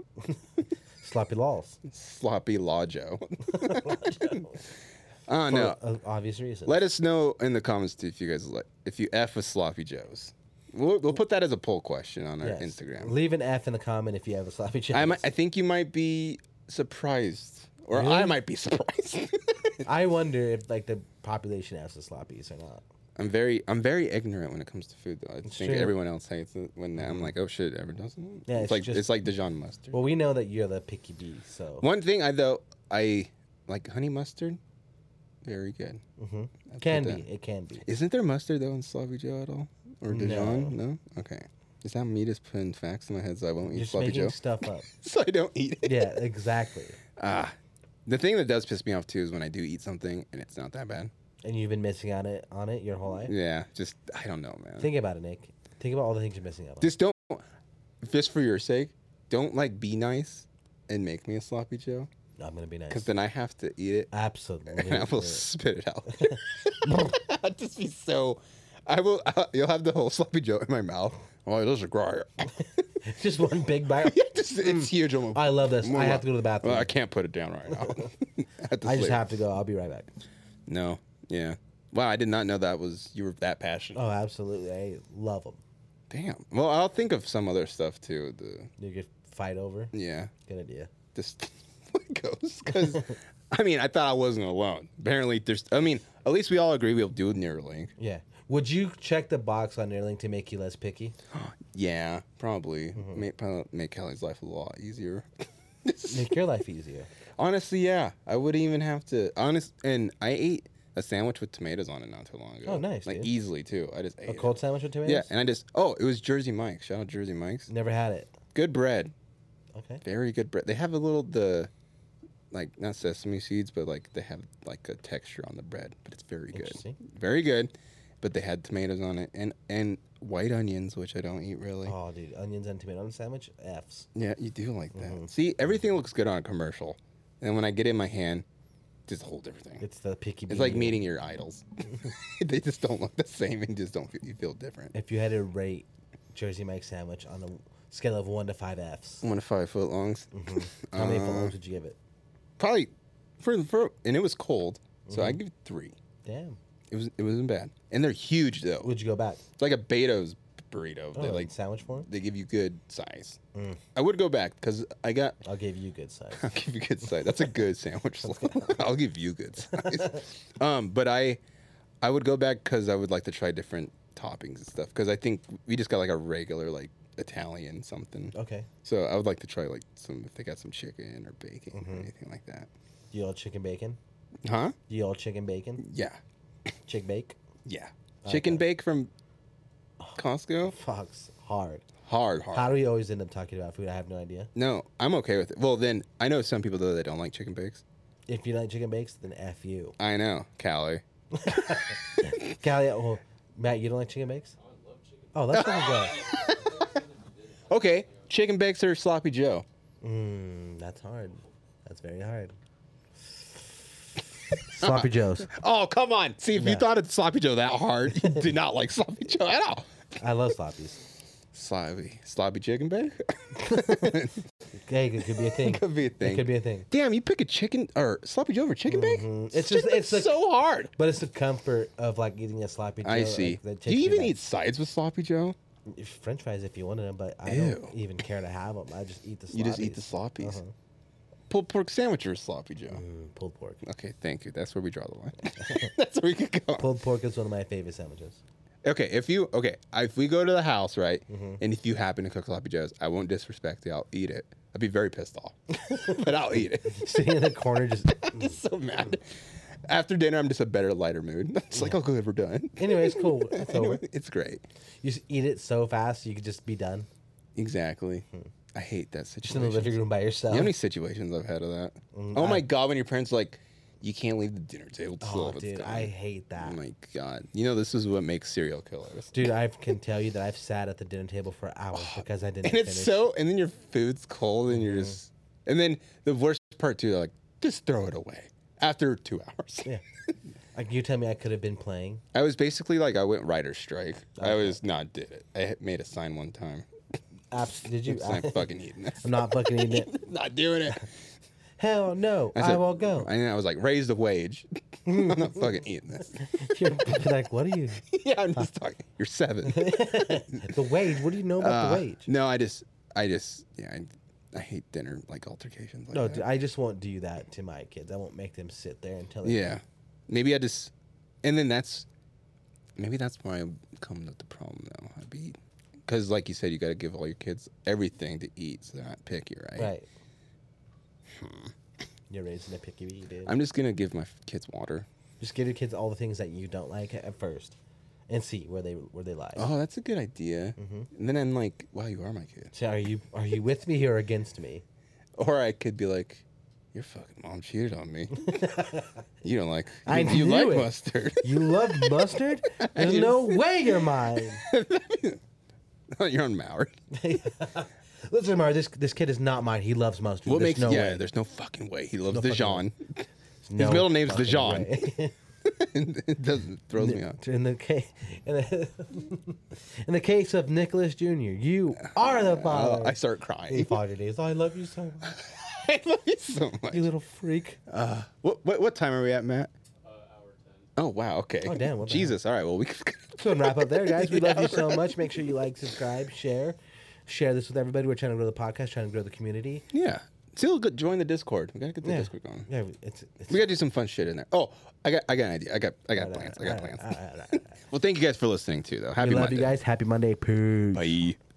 Sloppy Lols. Sloppy Lojo. Oh For no. o- obvious reasons. Let us know in the comments too if you guys like if you f with Sloppy Joes. We'll, we'll put that as a poll question on our Yes. Instagram. Leave an F in the comment if you have a sloppy Joe. I I, might, I think you might be surprised, or I Really? might be surprised. wonder if like the population has the sloppies or not. I'm very I'm very ignorant when it comes to food though. I think true. everyone else hates it when I'm like, oh shit, everyone doesn't. Yeah, it's, it's like just- it's like Dijon mustard. Well, we know that you're the picky bee, so One thing I though I like honey mustard, very good. Mhm. I put can that- be. It can be. Isn't there mustard though in Sloppy Joe at all, or Dijon? No. Okay. Is that me just putting facts in my head so I won't eat You're just Sloppy making Joe? stuff up. so I don't eat it. yeah, exactly. Ah, the thing that does piss me off too is when I do eat something and it's not that bad. And you've been missing on it on it your whole life. Yeah, just I don't know, man. Think about it, Nick. Think about all the things you're missing out on. just don't. Just for your sake, don't like be nice and make me a sloppy Joe, I'm gonna be because nice. then I have to eat it Absolutely. and I will spit it out. I'll just be so. I will. you'll have the whole sloppy Joe in my mouth. Oh, those are gross. just one big bite. Just- it's huge. I'm like, Mm. I love this. I have to go to the bathroom. "Well, I can't put it down right now. I, have to I just sleep." have to go. I'll be right back. No. Yeah. Wow, I did not know that was you were that passionate. Oh, absolutely. I love them. Damn. Well, I'll think of some other stuff too. The You could fight over. yeah, Good idea. just what goes because I mean I thought I wasn't alone. Apparently, there's. I mean, at least we all agree we'll do Neuralink. Yeah. Would you check the box on Neuralink to make you less picky? Yeah, probably Mm-hmm. make probably make Kelly's life a lot easier. Make your life easier. Honestly, yeah, I wouldn't even have to. Honest, and I ate a sandwich with tomatoes on it not too long ago. Oh, nice, Like dude. easily too. I just ate. A it. cold sandwich with tomatoes? Yeah, and I just oh, it was Jersey Mike's. Shout out Jersey Mike's. Never had it. Good bread. Okay. very good bread. They have a little the, like not sesame seeds, but like they have like a texture on the bread, but it's very good, Interesting. very good. But they had tomatoes on it and and white onions, which I don't eat really. Oh, dude. Onions and tomato on a sandwich? F's. Yeah, you do like that. Mm-hmm. See, everything looks good on a commercial, and when I get it in my hand, just hold everything. It's, It's the picky like beauty. meeting your idols. they just don't look the same and just don't feel, you feel different. If you had to rate Jersey Mike's sandwich on a scale of one to five F's, One to five foot longs. Mm-hmm. how Uh. many full would you give it? Probably for the for and it was cold, so Mm-hmm. I give it three. Damn. It was it wasn't bad, and they're huge though. Would you go back? It's like a Beto's burrito. Oh, they in like sandwich form? they give you good size. I would go back because I got. I'll give you good size. I'll give you good size. That's a good sandwich. I'll give you good size. um, but I, I would go back because I would like to try different toppings and stuff. Because I think we just got like a regular like Italian something. okay. So I would like to try like some if they got some chicken or bacon or anything like that. You all chicken bacon? Huh? You all chicken bacon? Yeah. Chick bake? Yeah. Chicken bake from Costco. Fox. Hard. Hard, hard. How do we always end up talking about food? I have no idea. No, I'm okay with it. Well, then I know some people though that don't like chicken bakes. If you like chicken bakes, then F you. I know, Callie. Callie, well, Matt, you don't like chicken bakes? I love chicken. Oh, let's fucking go. Okay, chicken bakes are sloppy Joe. Mm, that's hard. That's very hard. Sloppy Joes. Oh come on! See if you No. thought it's sloppy Joe that hard, you did not like sloppy Joe at all. I love sloppies. Sloppy, sloppy chicken bake Hey, it could be a thing. could be a thing. It could be a thing. Damn, you pick a chicken or sloppy Joe over chicken bake? It's just- Dude, it's that's a- so hard. But it's the comfort of like eating a sloppy Joe. I like, see. that Do takes you me even back. eat sides with sloppy Joe? French fries if you wanted them? But I Ew. don't even care to have them. I just eat the. Sloppies. You just eat the sloppies. Uh-huh. Pulled pork sandwich or sloppy Joe? Mm, pulled pork. Okay, thank you. That's where we draw the line. that's where we could go. Pulled pork is one of my favorite sandwiches. Okay, if you okay, if we go to the house, right, Mm-hmm. and if you happen to cook sloppy joes, I won't disrespect you. I'll eat it. I'd be very pissed off, but I'll eat it. Sitting in the corner, just. I'm just so mad. After dinner, I'm just a better, lighter mood. It's like, oh, good, we're done. Anyways, cool. It's over. Anyway, it's great. You just eat it so fast you could just be done. Exactly. I hate that Hmm. Just in the situation. living room Mm, by yourself. You know how many situations I've had of that? oh my god, when your parents are like, you can't leave the dinner table till oh, it's dude, done. I hate that. oh my god. You know this is what makes serial killers. Dude, I can tell you that I've sat at the dinner table for hours because I didn't Oh, and it's finish. so and then your food's cold and you're just and then the worst part too like just throw it away after two hours yeah. Like you tell me, I could have been playing. I was basically like I went rider strike. I was not did it. I had made a sign one time. Abs- did you? It's not fucking eating it. I'm not fucking eating it. not doing it. Hell no, I, said- won't go. And then I was like, raise the wage. I'm not fucking eating this. You're like, what are you? yeah, I'm just talking. You're seven. The wage. What do you know about Uh, the wage? No, I just, I just, yeah, I, I hate dinner like altercations. Like No, that. dude, I just won't do that to my kids. I won't make them sit there and tell them. yeah, maybe I just, and then that's, maybe that's why I'm coming up the problem now. I'd be, because like you said, you got to give all your kids everything to eat, so they're not picky, right? Right. You're raising a picky dude. Hmm. I'm just gonna give my f- kids water. Just give your kids all the things that you don't like at first, and see where they where they lie. Oh, that's a good idea. Mm-hmm. And then I'm like, wow, you are my kid. So are you are you with me or against me? Or I could be like, your fucking mom cheated on me. you don't like. I you, you knew it. like mustard. You love mustard? There's no way you're mine. You're on Mauer. Listen, Mar, this this kid is not mine. He loves mustard. What There's makes no yeah? way. There's no fucking way. He loves No the fucking Dijon. No middle name's fucking Dijon. way. it doesn't throws me off. in the case in the, in the case of Nicholas Jr., you are the Oh, father. I start Hey, crying. Father Days, I love you so much, I love you so much. you little freak. What, what what time are we at, Matt? Uh, hour 10. Oh wow. Okay. Oh, damn, what the Jesus. All right. Well, we. So and wrap up there, guys. We love you so much. Make sure you like, subscribe, share, share this with everybody. We're trying to grow the podcast, trying to grow the community. yeah. Still good. Join the Discord. We gotta get the Yeah. Discord going. Yeah, it's it's We gotta do some fun shit in there. Oh, I got I got an idea. I got I got plans. I got plans. Well, thank you guys for listening too, though. Happy We love Monday. you guys. Happy Monday. Peace. Bye.